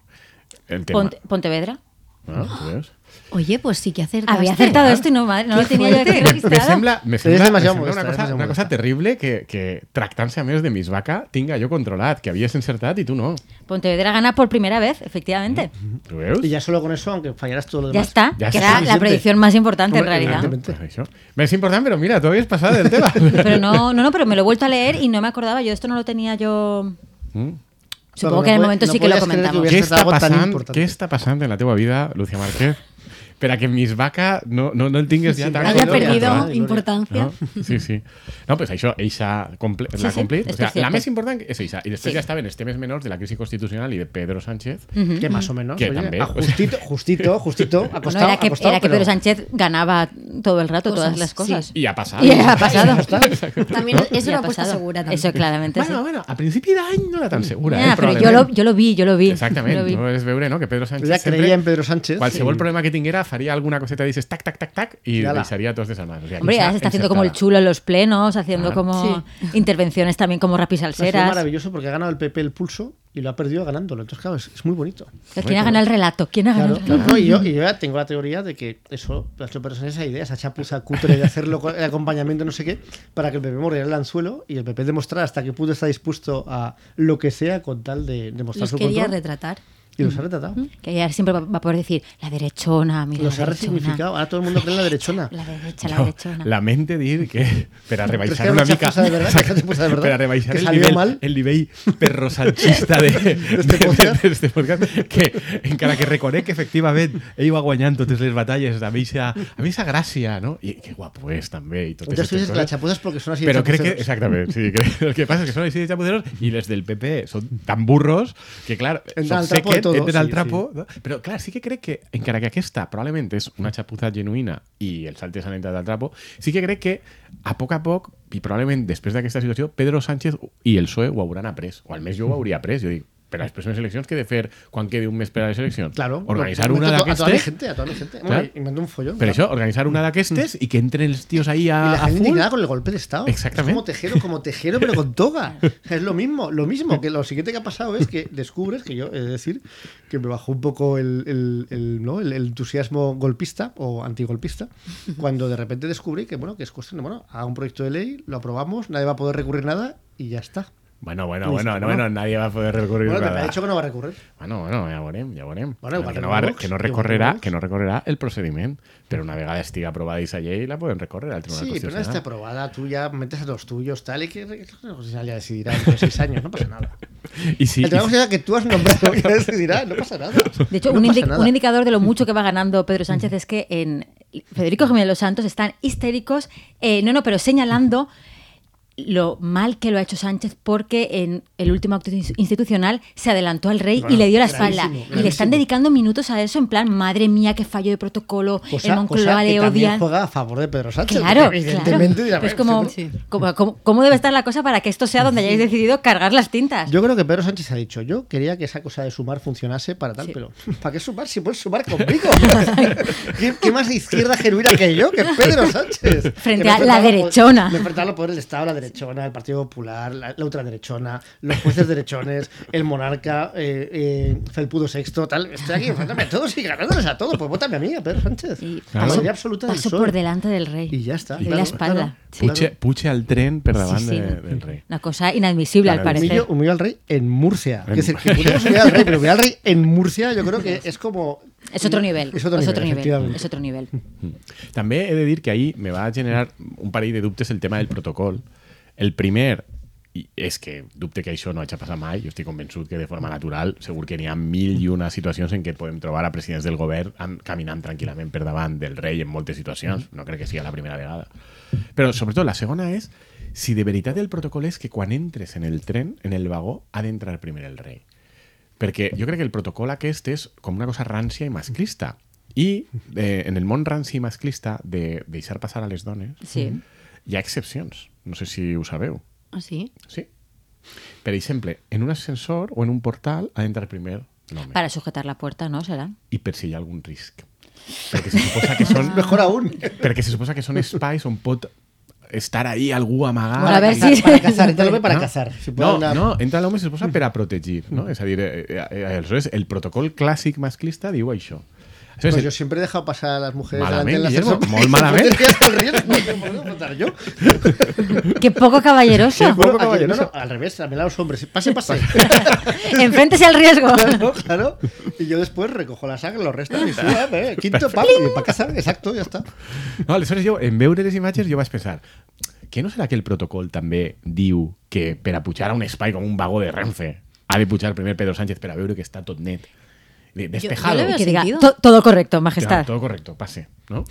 Speaker 4: el tema.
Speaker 2: Ponte- Pontevedra.
Speaker 4: Ah, tu veus?
Speaker 5: Oye, pues sí que acertaste.
Speaker 2: Había acertado esto y no, madre, no lo tenía yo aquí
Speaker 4: Me
Speaker 2: registrado.
Speaker 4: sembla, me sembla, me
Speaker 3: demasiado
Speaker 4: sembla
Speaker 3: modesta,
Speaker 4: una,
Speaker 3: és
Speaker 4: cosa,
Speaker 3: demasiado
Speaker 4: una cosa
Speaker 3: modesta.
Speaker 4: terrible que, que tractant-se a més de Miss Vaca tinga jo controlat, que havies encertat i tu no.
Speaker 2: Pontevedra gana por primera vez, efectivamente.
Speaker 4: Ho veus?
Speaker 3: Y ya solo con eso, aunque fallaras todo lo
Speaker 2: Ya
Speaker 3: demás.
Speaker 2: está,
Speaker 4: Ya
Speaker 2: que
Speaker 4: está,
Speaker 2: era la
Speaker 3: suficiente.
Speaker 2: predicción más importante en
Speaker 3: Hombre,
Speaker 2: realidad.
Speaker 3: evidentemente.
Speaker 4: Ah, això. Més important, però mira, tu havies passat del tema.
Speaker 2: Pero no, no, no, pero me lo he vuelto a leer y no me acordaba. Yo esto no lo tenía yo.
Speaker 4: Mm.
Speaker 2: Supongo
Speaker 3: no
Speaker 2: que en el
Speaker 3: puede-
Speaker 2: momento
Speaker 3: no
Speaker 2: sí que lo
Speaker 3: podías creer que
Speaker 2: comentamos.
Speaker 3: hubiera-
Speaker 4: Què està,
Speaker 3: algo tan
Speaker 4: passant,
Speaker 3: important.
Speaker 4: què està passant en la teva vida, Lucía Márquez, per a que Miss Vaca no, no, no el tingues ja
Speaker 3: Sí,
Speaker 4: tan...
Speaker 3: que
Speaker 5: Había
Speaker 3: Gloria,
Speaker 5: perdido
Speaker 3: Gloria.
Speaker 5: importancia.
Speaker 4: No? Sí, sí. No, pues això, eixa comple
Speaker 2: Sí,
Speaker 4: la
Speaker 2: sí,
Speaker 4: complit.
Speaker 2: esto
Speaker 4: o sea,
Speaker 2: es
Speaker 4: la
Speaker 2: cierto.
Speaker 4: més important és eixa. I després
Speaker 2: Sí. Mm.
Speaker 4: ja estaven els temes menors este de la crisi constitucional i de Pedro Sánchez.
Speaker 3: Que más o menos.
Speaker 4: Que
Speaker 3: oye,
Speaker 4: también. pues.
Speaker 3: ah, justito, justito, justito. Ha
Speaker 2: No,
Speaker 3: costado,
Speaker 2: era que,
Speaker 3: ha costado,
Speaker 2: era que
Speaker 3: pero-
Speaker 2: Pedro Sánchez ganaba todo el rato
Speaker 5: Cosas,
Speaker 2: todas las cosas.
Speaker 5: sí.
Speaker 4: I ha passat.
Speaker 2: Y ha pasado.
Speaker 5: También es
Speaker 2: Y
Speaker 5: una
Speaker 2: ha
Speaker 5: apuesta
Speaker 2: pasado.
Speaker 5: segura también.
Speaker 2: Eso claramente. sí.
Speaker 4: Bueno, bueno, a principi d'any no era tan segura.
Speaker 2: Ya,
Speaker 4: eh,
Speaker 2: pero yo lo,
Speaker 4: probablement.
Speaker 2: yo lo vi, yo lo vi.
Speaker 4: Exactament,
Speaker 2: Lo vi.
Speaker 4: no és veure, no? Que Pedro Sánchez
Speaker 3: Ella
Speaker 4: sempre-
Speaker 3: creía en Pedro Sánchez.
Speaker 4: Qualsevol
Speaker 3: Sí.
Speaker 4: problema que tinguera faria alguna coseta, dices tac, tac, tac, tac, i
Speaker 3: I ala.
Speaker 4: deixaria tots desarmats. O sigui,
Speaker 2: Hombre,
Speaker 4: aquí
Speaker 2: ahora se está haciendo como el
Speaker 4: encertada.
Speaker 2: chulo en los plenos, haciendo
Speaker 4: Ah.
Speaker 2: como intervenciones también como
Speaker 3: Ha sido
Speaker 2: rapisalseras.
Speaker 3: maravilloso porque ha ganado el PP el pulso y lo ha perdido ganándolo. Entonces, claro, es, es muy bonito.
Speaker 2: Pues ¿Quién ha ganado el relato? ¿Quién ha ganado
Speaker 3: Claro,
Speaker 2: el
Speaker 3: claro. No, y, yo, y yo ya tengo la teoría de que eso, las operaciones, esa idea, esa chapuza cutre de hacerlo con el acompañamiento, no sé qué, para que el PP mordiera el anzuelo y el PP demostrara hasta qué punto está dispuesto a lo que sea con tal de demostrar
Speaker 5: Los
Speaker 3: su
Speaker 5: quería
Speaker 3: control.
Speaker 5: retratar.
Speaker 3: Y Y los ha retratado.
Speaker 2: Que ella siempre va- va a poder decir la derechona, mira.
Speaker 3: Los
Speaker 2: la
Speaker 3: ha
Speaker 2: derechona,
Speaker 3: resignificado. Ahora todo el mundo cree en la derechona.
Speaker 2: La derecha, la
Speaker 4: No,
Speaker 2: derechona.
Speaker 4: la mente de ir que per a rebaixar
Speaker 3: Però és que
Speaker 4: una
Speaker 3: era una
Speaker 4: mica
Speaker 3: xafosa de verdad, que era una xafosa de verdad,
Speaker 4: per a rebaixar
Speaker 3: que
Speaker 4: el
Speaker 3: salió
Speaker 4: nivell,
Speaker 3: mal.
Speaker 4: el nivell perrosanchista de, de,
Speaker 3: este podcast.
Speaker 4: de- d'este podcast, que encara que reconec que efectivament ell va guanyant totes les batalles a mi esa, a mi esa gràcia no? i que guapo és també i
Speaker 3: Entonces
Speaker 4: totes
Speaker 3: tú
Speaker 4: aquestes
Speaker 3: dices que las
Speaker 4: coses.
Speaker 3: chapuzas porque son así. de
Speaker 4: Pero creo
Speaker 3: chapuceros.
Speaker 4: que, exactamente, sí, creo- lo que pasa es que son así de chapuceros y los del PP son tan burros que, claro,
Speaker 3: Entran
Speaker 4: son
Speaker 3: al trapo de
Speaker 4: sequet,
Speaker 3: todo,
Speaker 4: entren al
Speaker 3: sí,
Speaker 4: trapo. ¿no? Pero, claro, sí que cree que, encara que aquesta probablemente es una chapuza genuïna i el salte s'han entrat al trapo, sí que crec que a poc a poc, i probablement després d'aquesta situació, Pedro Sánchez i el PSOE E ho hauran après, o almenys jo ho hauria après, jo dic, per a les pròximes eleccions que he de fer quan quedi un mes per a les eleccions?
Speaker 3: Claro.
Speaker 4: Organitzar
Speaker 3: lo-
Speaker 4: una
Speaker 3: meto a to- A toda la
Speaker 4: d'aquestes...
Speaker 3: gente, a toda la gente.
Speaker 4: Claro.
Speaker 3: Bueno, Y mandó un follón.
Speaker 4: Per
Speaker 3: claro.
Speaker 4: això, organitzar una d'aquestes i que entren els tios ahí a,
Speaker 3: Mm. Y la
Speaker 4: a
Speaker 3: gente
Speaker 4: full.
Speaker 3: indignada con el golpe de Estado.
Speaker 4: Exactamente.
Speaker 3: Es como tejero, como tejero, pero con toga. O sea, es lo mismo, lo mismo. Que lo siguiente que ha pasado es que descubres que yo, es decir, que me bajó un poco el, el- el, ¿no? el- el entusiasmo golpista o antigolpista, cuando de repente descubrí que, bueno, que es cuestión de, bueno, haga un proyecto de ley, lo aprobamos, nadie va a poder recurrir nada y ya está.
Speaker 4: Bueno, bueno,
Speaker 3: Pues,
Speaker 4: bueno, no,
Speaker 3: bueno.
Speaker 4: bueno, nadie va a poder recurrir
Speaker 3: Bueno,
Speaker 4: nada.
Speaker 3: te ha dicho que no va a recurrir.
Speaker 4: Bueno, bueno, ja veurem, ja veurem.
Speaker 3: Bueno, igual
Speaker 4: que, no
Speaker 3: recorre
Speaker 4: va-
Speaker 3: Vox,
Speaker 4: que, no
Speaker 3: igual
Speaker 4: recorrerà,
Speaker 3: recorre Vox.
Speaker 4: que no recorrerà el procediment, però una vegada estiga aprovada aquesta llei la poden recórrer al Tribunal
Speaker 3: Sí, pero una
Speaker 4: Constitucional.
Speaker 3: vez esté aprobada, tú ya metes a los tuyos, tal, y que el Constitucional ya decidirá dentro de seis años, no pasa nada.
Speaker 4: I si,
Speaker 3: El Tribunal
Speaker 4: i si-
Speaker 3: Constitucional que tú has nombrado ya decidirá, no pasa nada.
Speaker 2: De hecho,
Speaker 3: No
Speaker 2: un,
Speaker 3: pasa
Speaker 2: indi-
Speaker 3: nada. Mm.
Speaker 2: un indicador de lo mucho que va ganando Pedro Sánchez es que en Federico Jiménez de los Santos están histéricos, eh, no, no, pero señalando lo mal que lo ha hecho Sánchez porque en el último acto ins- institucional se adelantó al rey y
Speaker 3: Bueno,
Speaker 2: le dio la espalda.
Speaker 3: gravísimo,
Speaker 2: Y le están
Speaker 3: gravísimo.
Speaker 2: dedicando minutos a eso en plan, madre mía, qué fallo de protocolo, el Moncloa le
Speaker 3: que
Speaker 2: odia.
Speaker 3: también juega a favor de Pedro Sánchez.
Speaker 2: Claro,
Speaker 3: porque evidentemente
Speaker 2: claro.
Speaker 3: dirá,
Speaker 2: Pero es
Speaker 3: "Bueno,
Speaker 2: como,
Speaker 5: sí,
Speaker 2: como- como- ¿cómo debe estar la cosa para que esto sea donde hayáis decidido cargar las tintas?
Speaker 3: Yo creo que Pedro Sánchez ha dicho, yo quería que esa cosa de sumar funcionase para tal,
Speaker 2: Sí.
Speaker 3: pero ¿para qué sumar si puedes sumar conmigo? ¿Qué, qué más izquierda genuina que yo que Pedro Sánchez?
Speaker 2: Frente
Speaker 3: Que me
Speaker 2: a la
Speaker 3: enfrentaba al-
Speaker 2: derechona.
Speaker 3: Me enfrentaba al poder del Estado, la derechona, el Partido Popular, la, la ultraderechona, los jueces derechones, el monarca, eh, eh, Felpudo VI, tal. Estoy aquí enfrentándome a todos y ganándoles a todos. Pues vótame a mí, a Pedro Sánchez.
Speaker 2: Y
Speaker 3: La
Speaker 2: paso,
Speaker 3: mayoría absoluta del
Speaker 2: paso
Speaker 3: PSOE.
Speaker 2: por delante del rey.
Speaker 3: Y ya está.
Speaker 2: Le doy
Speaker 3: Claro,
Speaker 2: la espalda.
Speaker 3: claro.
Speaker 2: Sí.
Speaker 4: puche, puche al tren per davant
Speaker 2: Sí, sí.
Speaker 4: de, del rei.
Speaker 2: Una cosa inadmisible
Speaker 4: Claro,
Speaker 2: al
Speaker 4: humillo-
Speaker 2: parecer.
Speaker 3: Humilló, humilló al rey en Murcia.
Speaker 4: En-
Speaker 3: Es decir, que podemos humillar al rey, pero humillar al rey en Murcia yo creo que es como...
Speaker 2: Es otro nivel.
Speaker 3: Es otro nivel, efectivamente.
Speaker 2: es otro nivel.
Speaker 4: També he de dir que ahir me va generar un parell de dubtes el tema del protocol. El primer i és que dubte que això no hagi passat mai, jo estic convençut que de forma natural segur que n'hi ha mil i una situacions en què podem trobar a presidents del govern amb, caminant tranquil·lament per davant del rei en moltes situacions, no crec que sigui la primera vegada. Però sobretot la segona és si de veritat el protocol és que quan entres en el tren, en el vagó, ha d'entrar primer el rei. Perquè jo crec que el protocol aquest és com una cosa rància i masclista. I eh, en el món ranci i masclista de deixar passar a les dones
Speaker 2: Sí.
Speaker 4: hi ha excepcions. No sé si ho sabeu.
Speaker 5: ¿Ah, sí?
Speaker 4: Sí? Per exemple, en un ascensor o en un portal ha d'entrar primer l'home.
Speaker 2: Para sujetar la puerta, ¿no? ¿Será?
Speaker 4: I per si hi ha algun risc. Perquè se suposa que són,
Speaker 3: Mejor aún.
Speaker 4: perquè se suposa que són espais on pot estar ahí algú amagat.
Speaker 2: Para ver si-
Speaker 3: Para cazar, entra el hombre para cazar. Si puede
Speaker 4: no,
Speaker 3: una- Mm.
Speaker 4: no, entra l'home i s'esposa per a protegir, no? És a dir, eh, eh, eh, aleshores, el protocol clàssic masclista diu això. Aleshores,
Speaker 3: Pues yo siempre he dejado pasar a las mujeres
Speaker 4: Malamente,
Speaker 3: delante en la
Speaker 4: Guillermo,
Speaker 3: ascensor.
Speaker 4: muy malamente.
Speaker 3: yo.
Speaker 2: ¡Qué poco caballeroso!
Speaker 3: Bueno, aquí- no, no, al revés, también a los hombres. Pase, pase.
Speaker 2: Enfréntese al riesgo.
Speaker 3: Claro, claro. Y yo después recojo la sangre, lo restan y suba, eh, quinto pam, y para cazar, exacto, ya está.
Speaker 4: no, aleshores jo, en veure les imatges, jo vaig pensar que no serà que el protocol també diu que per a pujar a un espai com un vagó de Renfe ha de pujar primer Pedro Sánchez per a veure que està tot net. De- Despejado.
Speaker 5: jo le
Speaker 2: Y
Speaker 5: veo
Speaker 2: que diga,
Speaker 5: sentido.
Speaker 2: "To- todo correcto,
Speaker 4: Claro,
Speaker 2: majestad.
Speaker 4: todo correcto, pase, ¿no?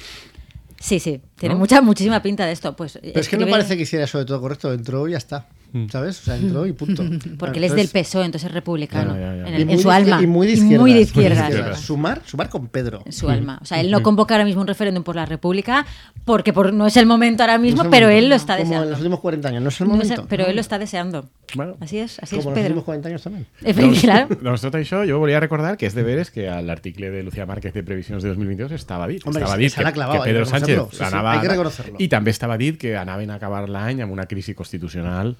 Speaker 2: Sí, sí. Tiene
Speaker 4: ¿No?
Speaker 2: mucha, muchísima pinta de esto. Pues,
Speaker 3: Pero es que no parece que hiciera eso de todo correcto. Entró y ya está. ¿Sabes? O sea, entró y punto.
Speaker 2: Porque él
Speaker 3: les
Speaker 2: es del PSOE, E, entonces es republicano.
Speaker 4: Ya, ya, ya.
Speaker 2: En,
Speaker 3: Y
Speaker 2: el-
Speaker 3: muy
Speaker 2: en su
Speaker 3: de izquier-
Speaker 2: alma.
Speaker 3: Y muy de
Speaker 2: Y
Speaker 3: izquierdas.
Speaker 2: muy de izquierdas.
Speaker 4: izquierdas.
Speaker 3: Sumar, sumar con Pedro.
Speaker 2: En su alma. O sea, él no convoca ahora mismo un referéndum por la República porque por, no es el momento ahora mismo, pero él lo está
Speaker 3: Como en
Speaker 2: deseando.
Speaker 3: los últimos 40 años, no es el
Speaker 2: No es el-
Speaker 3: momento.
Speaker 2: pero él lo está deseando.
Speaker 4: Bueno.
Speaker 2: Así es, así
Speaker 3: Como en
Speaker 2: es
Speaker 3: los
Speaker 2: Pedro.
Speaker 3: últimos 40 años también.
Speaker 2: Efectivamente, claro.
Speaker 4: Doncs tot això, jo volia recordar que és de veres que a l'article de Lucía Márquez de previsions de 2022 estava dit,
Speaker 3: Hombre,
Speaker 4: estava
Speaker 3: se-
Speaker 4: dit
Speaker 3: se l'ha clavat,
Speaker 4: que
Speaker 3: hay que
Speaker 4: Pedro Sánchez
Speaker 3: reconocerlo. Sí, sí,
Speaker 4: anava...
Speaker 3: hay que reconocerlo.
Speaker 4: I també estava dit que anaven a acabar l'any amb una crisi constitucional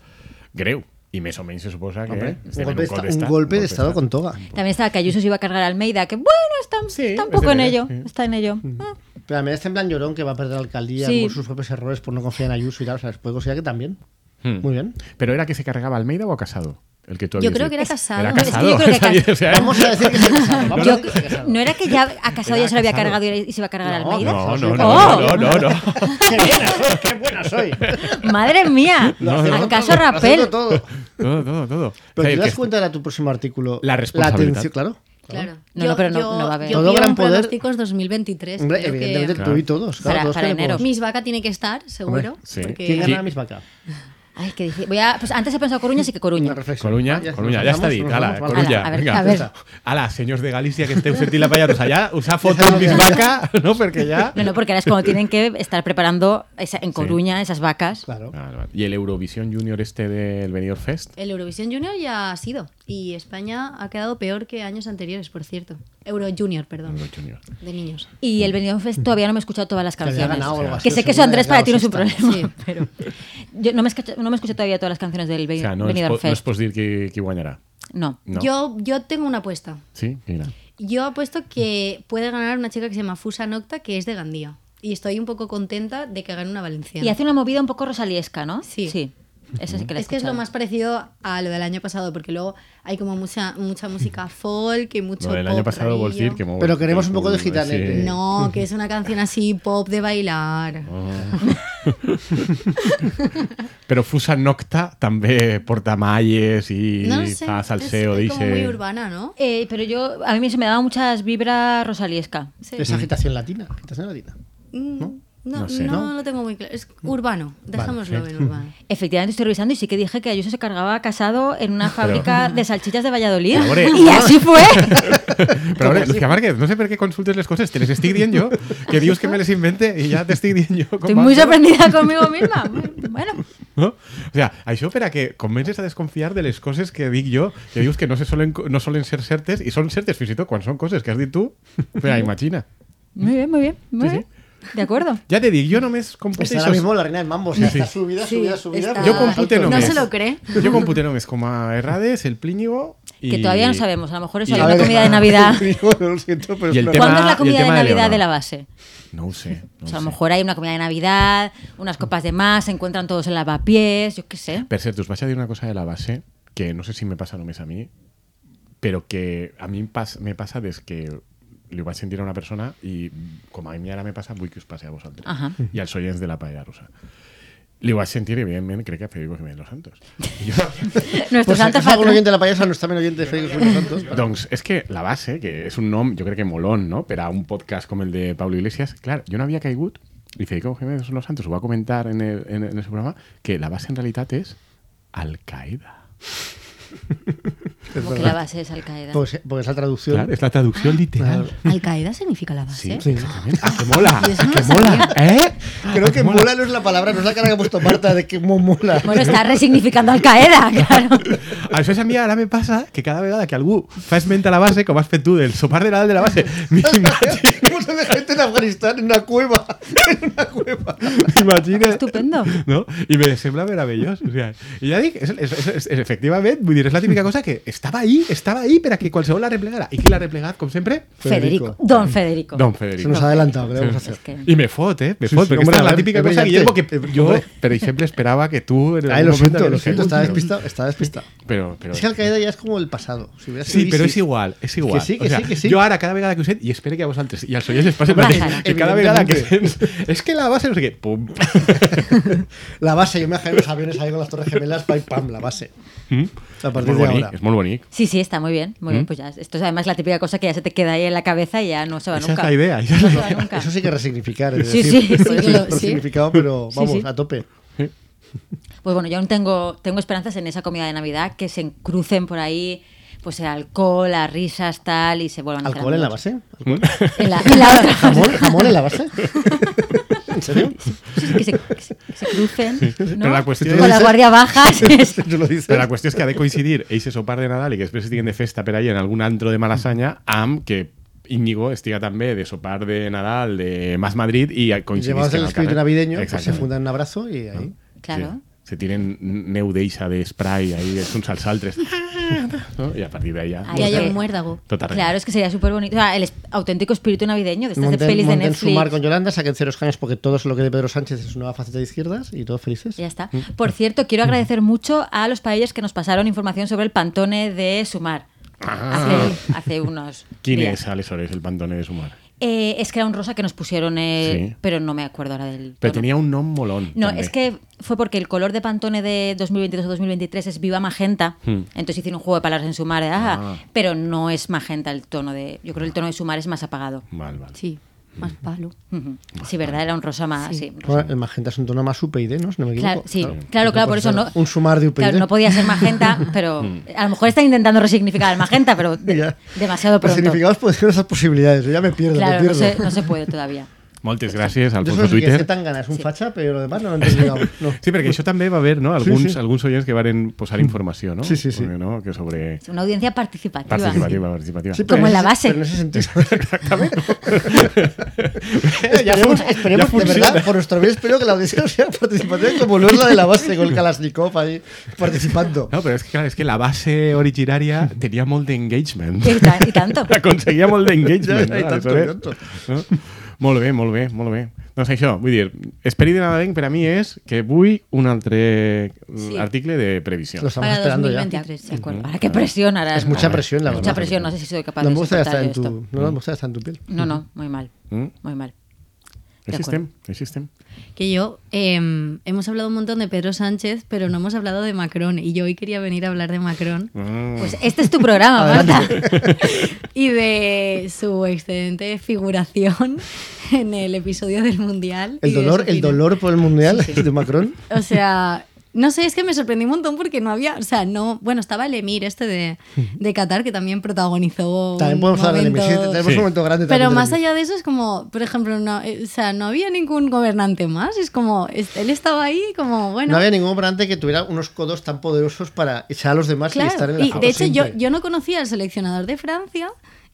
Speaker 4: greu. I més o menys se suposa que...
Speaker 3: Hombre, un
Speaker 4: estem en
Speaker 3: golpe de esta- un
Speaker 4: d'estat,
Speaker 3: golpe de Estado con toga.
Speaker 2: También estaba que Ayuso se iba a cargar a Almeida, que bueno, está,
Speaker 4: Sí,
Speaker 2: está un
Speaker 4: es Mm. de
Speaker 2: poco en
Speaker 4: ver,
Speaker 2: ello.
Speaker 4: sí.
Speaker 2: Está en ello. Ah,
Speaker 3: Pero a mí está en plan llorón que va a perder la alcaldía
Speaker 2: Sí.
Speaker 3: por sus propios errores, por no confiar en Ayuso y tal. O sea, después considera que también.
Speaker 4: Hmm.
Speaker 3: Muy bien.
Speaker 4: Però era que se carregava Almeida o a Casado? El que tú
Speaker 5: Yo
Speaker 4: habías
Speaker 5: creo
Speaker 4: dicho.
Speaker 5: que era casado.
Speaker 4: Era
Speaker 5: No, es que
Speaker 2: yo
Speaker 4: casado.
Speaker 2: creo que era
Speaker 4: O sea,
Speaker 3: Vamos a decir que se ha casado. Vamos a
Speaker 2: Yo-
Speaker 3: decir que se ha casado.
Speaker 2: ¿No era que ya a casado
Speaker 4: Era
Speaker 2: ya se lo había
Speaker 4: Casado.
Speaker 2: cargado y y se iba a cargar al
Speaker 3: No,
Speaker 2: Almeida?
Speaker 4: No, no, no,
Speaker 2: ¡Oh!
Speaker 4: no, no, no.
Speaker 3: ¡Qué buena soy! ¡Qué buena soy!
Speaker 2: ¡Madre mía!
Speaker 4: No, no, no.
Speaker 2: ¿Acaso
Speaker 3: Haciendo
Speaker 2: Rapel?
Speaker 3: todo.
Speaker 5: Oh.
Speaker 4: Todo, todo, todo.
Speaker 3: Pero
Speaker 4: Jair,
Speaker 3: te
Speaker 4: que
Speaker 3: das
Speaker 4: es-
Speaker 3: cuenta de tu próximo artículo.
Speaker 4: La responsabilidad.
Speaker 3: atención- claro.
Speaker 5: Claro.
Speaker 2: No, no, pero no- no va a haber.
Speaker 5: Yo
Speaker 3: Todo
Speaker 5: vi
Speaker 3: gran
Speaker 5: un
Speaker 3: poder-
Speaker 5: pronósticos 2023.
Speaker 3: Hombre,
Speaker 5: creo que-
Speaker 3: evidentemente tú y todos. Claro,
Speaker 2: Para-
Speaker 3: todos
Speaker 2: para
Speaker 3: tenemos-
Speaker 2: enero.
Speaker 5: Miss Vaca tiene que estar,
Speaker 4: Hombre,
Speaker 5: seguro.
Speaker 4: sí.
Speaker 5: porque-
Speaker 3: ¿Quién
Speaker 4: Sí.
Speaker 3: gana mis vacas?
Speaker 2: Ay, qué difícil. Voy a, pues antes he pensado Coruña, así que Coruña.
Speaker 4: Coruña, Coruña, ya está dit. Ala, Coruña,
Speaker 2: Ala, a ver,
Speaker 4: venga.
Speaker 2: a ver.
Speaker 4: Ala, senyors de Galícia, que esteu sentint la pallarosa. Ja usar foto amb mis vaca, no? Perquè ja...
Speaker 2: No, no, porque ahora es cuando tienen que estar preparando esa- en Coruña esas vacas.
Speaker 3: Claro.
Speaker 4: Ah, no. ¿Y el Eurovisión Junior este del Benidorm Fest?
Speaker 5: El Eurovisión Junior ya ha sido. Y España ha quedado peor que años anteriores, por cierto. Euro Junior, perdón.
Speaker 4: Euro Junior.
Speaker 5: De niños.
Speaker 2: Y el Benidorm
Speaker 4: Mm.
Speaker 2: Fest todavía no me he escuchado todas las
Speaker 3: Que había
Speaker 2: canciones.
Speaker 3: ganado algo así,
Speaker 2: que sé que eso,
Speaker 3: seguro,
Speaker 2: Andrés,
Speaker 3: ya
Speaker 2: para
Speaker 3: os
Speaker 2: ti no es un
Speaker 3: está.
Speaker 2: problema. Pero yo no me, he escuchado- no me he escuchado todavía todas las canciones del
Speaker 4: O
Speaker 2: Beni-
Speaker 4: sea, no, es,
Speaker 2: Benidorm
Speaker 4: po- no es
Speaker 2: Fest.
Speaker 4: pots dir qui, qui guanyará.
Speaker 2: No.
Speaker 4: No.
Speaker 5: Yo, yo tengo una apuesta.
Speaker 4: Sí, mira.
Speaker 5: Yo apuesto que puede ganar una chica que se llama Fusa Nocta, que es de Gandía. Y estoy un poco contenta de que gane una valenciana.
Speaker 2: Y hace una movida un poco rosaliesca, ¿no?
Speaker 5: Sí.
Speaker 2: Eso sí que la he
Speaker 5: es que es lo
Speaker 2: escuchado.
Speaker 5: más parecido a lo del año pasado, porque luego hay como mucha, mucha música folk y mucho.
Speaker 4: Lo del
Speaker 5: pop
Speaker 4: año pasado vols
Speaker 5: rarillo.
Speaker 4: dir que... molt-
Speaker 3: Però queremos un poco de eh.
Speaker 4: Sí.
Speaker 3: gitanete.
Speaker 5: No, que es una canción así pop de bailar.
Speaker 4: Però Fusa Nocta també porta malles i
Speaker 5: no lo sé.
Speaker 4: fa salseo,
Speaker 5: es, es como muy
Speaker 4: dice...
Speaker 5: urbana, ¿no?
Speaker 2: Eh, pero yo, a mí se me daba muchas vibras rosaliesca.
Speaker 5: Sí.
Speaker 3: Es agitación latina. Agitación latina.
Speaker 5: Mm, No,
Speaker 4: No sé.
Speaker 5: no
Speaker 4: ¿No?
Speaker 5: lo tengo muy claro. Es urbano. Dejémoslo en urbano.
Speaker 2: Efectivamente estoy revisando y sí que dije que Ayuso se cargaba casado en una fábrica de salchichas de Valladolid.
Speaker 4: Pero, hombre.
Speaker 2: Y así fue.
Speaker 4: Però a veure, Lucía Márquez, no sé per què consultes les coses, te les estic dient jo, que dius que me les invente i ja t'estic dient jo. com
Speaker 2: Estoy
Speaker 4: van,
Speaker 2: muy
Speaker 4: no?
Speaker 2: sorprendida conmigo misma. Bueno,
Speaker 4: No? O sea, això per a que comences a desconfiar de les coses que dic jo, que dius que no, se solen, no solen ser certes, i són certes fins i tot quan són coses que has dit tu. Però imagina.
Speaker 2: muy bien, muy bien, muy
Speaker 4: Sí, sí.
Speaker 2: bien. De acuerdo.
Speaker 4: Ja te dic, jo només compute
Speaker 3: Está ahora mismo
Speaker 4: això.
Speaker 3: la reina del mambo. O sea,
Speaker 4: Sí.
Speaker 3: está subida,
Speaker 5: Sí,
Speaker 3: subida, subida.
Speaker 5: está-
Speaker 3: pero-
Speaker 4: Yo compute
Speaker 5: no
Speaker 4: només.
Speaker 5: se lo cree.
Speaker 4: Jo compute només com a Errades, el Plíñigo... I...
Speaker 2: Que todavía no sabemos. A lo mejor eso
Speaker 4: y-
Speaker 2: hay
Speaker 4: A
Speaker 2: una
Speaker 4: ver,
Speaker 2: comida de Navidad.
Speaker 3: Digo, lo siento, pero
Speaker 4: Y el
Speaker 3: es
Speaker 4: tema-
Speaker 3: una-
Speaker 2: ¿Cuándo es
Speaker 4: y
Speaker 2: la
Speaker 4: el
Speaker 2: comida de
Speaker 4: tema del
Speaker 2: Navidad
Speaker 4: euro.
Speaker 2: de la base?
Speaker 4: No ho sé.
Speaker 2: O
Speaker 4: No ho
Speaker 2: sea, a
Speaker 4: sé.
Speaker 2: lo mejor hay una comida de Navidad, unas copas de más, se encuentran todos en lavapiés, yo qué sé.
Speaker 4: Per cert, us vaig a dir una cosa de la base que no sé si me passa només a mi, però que a mi em pas, me passa des que li ho vaig sentir a una persona i com a mi ara me passa, vull que us passi a vosaltres
Speaker 2: Ajà.
Speaker 4: i als oients de la paella russa. Li ho vaig sentir, evidentment, crec que a Federico Jiménez Los Santos. I jo,
Speaker 2: Nuestro
Speaker 3: Pues si
Speaker 2: santo
Speaker 3: acaso algún
Speaker 2: patrón.
Speaker 3: oyente de la payasa no está bien oyente de Félix Muñoz Santos.
Speaker 4: doncs és que la base, que és un nom, jo crec que molon, no?, per a un podcast com el de Pablo Iglesias, clar, jo no havia caigut, i Federico Jiménez Los Santos ho va comentar en el, en, el- en el seu programa, que la base en realitat és Al-Qaeda.
Speaker 2: Como que la base es Al Qaeda.
Speaker 3: Pues, eh, porque esa traducción.
Speaker 4: Clar, és la traducció literal.
Speaker 5: Al Qaeda significa la base.
Speaker 4: Sí, exactament. Ah, que mola, ah, que mola, ¿eh?
Speaker 3: Creo que mola no es la palabra, no es la cara que ha puesto Marta de que mo- mola.
Speaker 2: Bueno, está resignificando Al Qaeda, claro.
Speaker 4: Això és a mi ara me passa que cada vegada que algú fa esment a la base, com has fet tu, del sopar de Nadal de la base, m'imagine,
Speaker 3: Un montón de gente en Afganistán en una cueva. En una cueva.
Speaker 4: m'imagine,
Speaker 2: Estupendo.
Speaker 4: no? I me sembla meravellós. O sea, I ja dic, és, és, és, és, efectivament, vull dir, és la típica cosa que estava ahí, estava ahí per a que qualsevol la replegara. I qui l'ha replegat, com sempre?
Speaker 2: Federico.
Speaker 3: Federico.
Speaker 2: Don Federico.
Speaker 4: Don
Speaker 3: Se
Speaker 4: Federico.
Speaker 3: nos ha adelantado, ¿qué le vamos a hacer?
Speaker 2: Es que-
Speaker 4: I me fot, eh? Me
Speaker 3: Sí,
Speaker 4: fot,
Speaker 3: sí,
Speaker 4: perquè
Speaker 3: hombre,
Speaker 4: esta és la
Speaker 3: a ver,
Speaker 4: típica
Speaker 3: es
Speaker 4: cosa, Guillermo,
Speaker 3: brillante.
Speaker 4: que jo, per exemple, esperava que tu... en
Speaker 3: Ay,
Speaker 4: algun
Speaker 3: lo
Speaker 4: moment
Speaker 3: siento, lo
Speaker 4: hagués-
Speaker 3: siento, está despistado, está despistado.
Speaker 4: Pero, pero...
Speaker 3: Es que Al Qaeda ya es como el pasado. Si hubiera sido
Speaker 4: Sí, pero
Speaker 3: ISIS,
Speaker 4: és igual, és igual.
Speaker 3: Que sí, que
Speaker 4: o sea,
Speaker 3: sí, que sí.
Speaker 4: Jo ara, cada vegada que ho sent, i espero que a vosaltres i als oients les passi el mateix,
Speaker 2: Bajarà.
Speaker 4: que cada vegada que sents...
Speaker 3: Evidentment.
Speaker 4: És que la base no sé què... Pum.
Speaker 3: La base, yo me imagino los aviones ahí con las torres gemelas, pam, pam, la base. A
Speaker 4: És
Speaker 3: partir
Speaker 4: molt
Speaker 3: de
Speaker 4: bonic,
Speaker 3: ahora.
Speaker 4: és molt bonic.
Speaker 2: Sí, sí, está muy bien. Muy bien,
Speaker 4: ¿Mm?
Speaker 2: pues ya. Esto es además la típica cosa que ya se te queda ahí en la cabeza y ya no se va
Speaker 4: Esa és
Speaker 2: nunca.
Speaker 4: la idea. Esa és la
Speaker 2: No se
Speaker 4: idea.
Speaker 2: va nunca.
Speaker 3: Eso sí que es resignificar. Es
Speaker 2: Sí,
Speaker 3: decir,
Speaker 2: sí,
Speaker 3: es
Speaker 5: sí, claro, sí.
Speaker 3: Resignificado, pero
Speaker 2: Sí,
Speaker 3: vamos,
Speaker 2: sí.
Speaker 3: a tope.
Speaker 2: Pues bueno, yo aún tengo, tengo esperanzas en esa comida de Navidad que se crucen por ahí, pues el alcohol, las risas, tal, y se vuelvan a
Speaker 3: ¿Alcohol en la base?
Speaker 2: En la, en la otra.
Speaker 3: ¿Jamón, jamón en la base? ¿En serio?
Speaker 2: Sí, que, se, que se- que se crucen. ¿no?
Speaker 4: Pero la cuestión
Speaker 2: Con
Speaker 4: es-
Speaker 2: la guardia baja. sí, es-
Speaker 3: Tú lo dices.
Speaker 4: Però la qüestió és que ha de coincidir eixe sopar de Nadal i que després estiguen de festa per ahí en algun antro de Malassanya amb que Íñigo estiga també de sopar de Nadal de Más Madrid i
Speaker 3: Y
Speaker 4: coincidís
Speaker 3: Llevamos
Speaker 4: que
Speaker 3: el
Speaker 4: en
Speaker 3: espíritu
Speaker 4: carrer.
Speaker 3: navideño, pues se
Speaker 4: Exactament.
Speaker 3: fundan un abrazo y ahí.
Speaker 2: Claro.
Speaker 4: Sí. se tienen Neu d'eixa de spray ahí, es un salsaltres. ¿no? Y a partir de ahí ya.
Speaker 5: Y
Speaker 2: Ahí
Speaker 5: hay
Speaker 2: hay-
Speaker 5: un muérdago.
Speaker 4: Total.
Speaker 2: Claro, es que sería súper bonito. O sea, el es- auténtico espíritu navideño de estas
Speaker 3: Monten,
Speaker 2: de pelis de
Speaker 3: monten su
Speaker 2: Netflix.
Speaker 3: mar con Yolanda, saquen ceros caños porque todo es lo que de Pedro Sánchez es su nueva faceta de izquierdas y todos felices.
Speaker 2: Ya está.
Speaker 4: Mm.
Speaker 2: Por cierto, quiero agradecer mucho a los paellos que nos pasaron información sobre el pantone de Sumar. Hace, hace unos.
Speaker 4: Ah. ¿Quién
Speaker 2: días.
Speaker 4: es Alex Sores, el pantone de Sumar?
Speaker 2: Eh, es que era un rosa que nos pusieron, eh,
Speaker 4: Sí.
Speaker 2: pero no me acuerdo ahora del.
Speaker 4: Pero
Speaker 2: tono.
Speaker 4: tenía un nom molón.
Speaker 2: No,
Speaker 4: també.
Speaker 2: es que fue porque el color de Pantone de 2022 o 2023 es viva magenta.
Speaker 4: Hmm.
Speaker 2: Entonces hicieron un juego de palabras en sumar, ah,
Speaker 4: Ah.
Speaker 2: pero no es magenta el tono de. Yo creo que el tono de sumar es más apagado.
Speaker 4: Vale, vale.
Speaker 5: Sí, más palo.
Speaker 2: Ujú. Sí, ¿verdad? Era un rosa más.
Speaker 5: Sí.
Speaker 2: Sí.
Speaker 3: Bueno, el magenta es un tono más UPyD, ¿no? Si no me equivoco.
Speaker 2: Claro, sí. Claro, claro, por eso no.
Speaker 3: Un sumar de UPyD.
Speaker 2: Claro, no podía ser magenta, pero a lo mejor está intentando resignificar el magenta, pero de-
Speaker 3: Ya.
Speaker 2: demasiado
Speaker 3: Los
Speaker 2: pronto.
Speaker 3: significados pueden ser esas posibilidades. Yo ya me pierdo, me
Speaker 2: Claro, no
Speaker 3: pierdo.
Speaker 2: se, no se puede todavía.
Speaker 4: Moltes gràcies,
Speaker 3: Yo
Speaker 4: Alfonso
Speaker 3: solo sé que
Speaker 4: Twitter.
Speaker 3: Z Tangana es un facha, pero lo demás no lo he entendido. aún. No.
Speaker 4: Sí, perquè això també va haver, no? Alguns,
Speaker 3: sí.
Speaker 4: alguns oients que varen posar informació, no?
Speaker 3: Sí, sí, sí.
Speaker 4: Perquè, No? Que sobre
Speaker 2: Es una audiencia participativa.
Speaker 4: participativa, participativa.
Speaker 3: Sí, pero
Speaker 2: Como en la
Speaker 3: ese-
Speaker 2: base.
Speaker 3: Pero en ese sentido.
Speaker 4: fun-
Speaker 3: esperemos, esperemos,
Speaker 4: ya
Speaker 3: de verdad,
Speaker 4: funciona.
Speaker 3: por nuestro bien, espero que la audiencia sea participativa como no es la de la base con el Kalashnikov ahí participando.
Speaker 4: No, però és que, clar, és que la base originària tenia molt d'engagement.
Speaker 2: Y, ta- y tanto.
Speaker 4: Aconseguia molt d'engagement.
Speaker 3: Ja, ja, i
Speaker 4: no?
Speaker 3: tanto,
Speaker 4: Aleshores,
Speaker 3: i tanto.
Speaker 4: No? Molt bé, molt bé, molt bé. Doncs això, vull dir, esperit de Nadalenc per a mi és que vull un altre article de previsió.
Speaker 3: Lo estamos
Speaker 5: Para
Speaker 3: esperando ya.
Speaker 5: 2023,
Speaker 2: De acuerdo. Ahora, qué presión. Ahora,
Speaker 3: Es mucha presión, la
Speaker 2: mucha
Speaker 3: verdad.
Speaker 2: presión, no sé si soy capaz
Speaker 3: No
Speaker 2: de
Speaker 3: me gusta estar
Speaker 2: soportar
Speaker 3: en
Speaker 2: yo
Speaker 3: tu,
Speaker 2: esto.
Speaker 3: no me gusta estar en tu piel.
Speaker 2: No, no, muy mal.
Speaker 4: Mm.
Speaker 2: Muy mal. De
Speaker 4: Així
Speaker 2: acuerdo.
Speaker 4: estem, així estem.
Speaker 5: Que yo, eh, hemos hablado un montón de Pedro Sánchez, pero no hemos hablado de Macron. Y yo hoy quería venir a hablar de Macron
Speaker 4: Mm.
Speaker 2: Pues este es tu programa, Marta.
Speaker 5: y de su excelente figuración en el episodio del Mundial. y
Speaker 3: El
Speaker 5: de su
Speaker 3: dolor, el
Speaker 5: opinión.
Speaker 3: dolor por el mundial
Speaker 5: Sí, sí.
Speaker 3: de Macron.
Speaker 5: O sea, no sé, es que me sorprendí un montón porque no había, o sea, no, bueno, estaba el emir este de, de Qatar que también protagonizó.
Speaker 3: También
Speaker 5: un
Speaker 3: podemos hablar de
Speaker 5: momento-
Speaker 3: Messi, tenemos
Speaker 4: Sí.
Speaker 3: un momento grande también
Speaker 5: Pero
Speaker 3: del
Speaker 5: más
Speaker 3: Emir.
Speaker 5: allá de eso es como, por ejemplo, no, eh, o sea, no había ningún gobernante más. Es como, es- él estaba ahí como, bueno.
Speaker 3: No había ningún operante que tuviera unos codos tan poderosos para echar a los demás y estar
Speaker 5: claro.
Speaker 3: en la
Speaker 5: Y
Speaker 3: foto
Speaker 5: de hecho yo,
Speaker 3: siempre.
Speaker 5: yo no conocía al seleccionador de Francia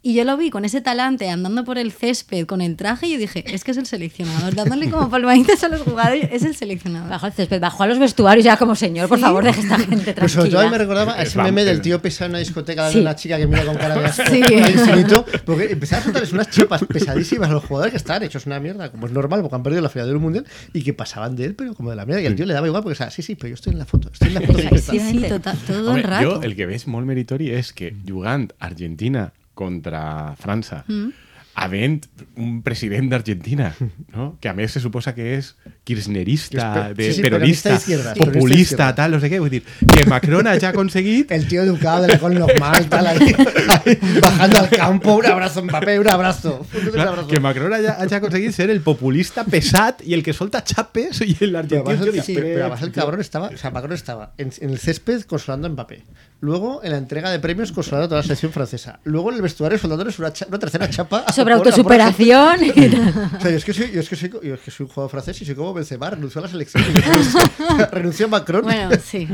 Speaker 5: y yo lo vi con ese talante andando por el césped con el traje y yo dije, es que es el seleccionador, dándole como palmaditas a los jugadores, es el seleccionador.
Speaker 2: Bajo el césped, bajo a los vestuarios ya como señor, por favor, deje esta gente
Speaker 3: Pues sobre todo a mí me
Speaker 2: tranquila.
Speaker 3: recordaba a
Speaker 4: Es
Speaker 3: ese meme
Speaker 4: vamp-
Speaker 3: del tío pesado en una discoteca dando
Speaker 2: Sí.
Speaker 3: a una chica que mira con cara de asco
Speaker 5: Sí.
Speaker 3: al infinito, porque empezaba a soltarles unas chapas pesadísimas a los jugadores que estaban hechos una mierda, como es normal, porque han perdido la final del mundial y que pasaban de él, pero como de la mierda, y al tío le daba igual, porque o sea, sí, sí, pero yo estoy en la foto, estoy en la foto.
Speaker 2: Exacto.
Speaker 5: Sí, sí, total- todo
Speaker 4: Home,
Speaker 5: el rato.
Speaker 4: Jo el que veig molt meritori és que
Speaker 3: Mm.
Speaker 4: jugant Argentina contra França, mm. havent un president d'Argentina, no? que a més se suposa que és kirchnerista,
Speaker 3: És pe-
Speaker 4: de,
Speaker 3: sí, sí, peronista
Speaker 4: peronista,
Speaker 3: d'izquierda, peronista
Speaker 4: populista,
Speaker 3: d'izquierda.
Speaker 4: tal, no sé què. Vull dir, que Macron hagi aconseguit...
Speaker 3: El tío educado de la con normal, tal, ahí, ahí, bajando al campo, un abrazo, Mbappé, un abrazo. Un
Speaker 4: Clar,
Speaker 3: abrazo.
Speaker 4: que Macron hagi, hagi aconseguit ser el populista pesat i el que solta xapes i
Speaker 3: Pero
Speaker 4: l'argentí
Speaker 3: además,
Speaker 4: el que ¿eh?
Speaker 3: el, sí, pero además el
Speaker 4: després...
Speaker 3: cabrón estaba, o sea, Macron estaba en, en el césped consolando a Mbappé. Luego en la entrega de premios consolando a toda la selección francesa. Luego en el vestuario soldándoles una, cha- una tercera chapa. a
Speaker 2: Sobre
Speaker 3: por- a por-
Speaker 2: autosuperación. y tal.
Speaker 3: O sea, yo es que soy, yo es que soy, yo es que soy un jugador francés y soy como Benzema, renunció a la selección. Renunció- renunció a Macron.
Speaker 5: Bueno, sí.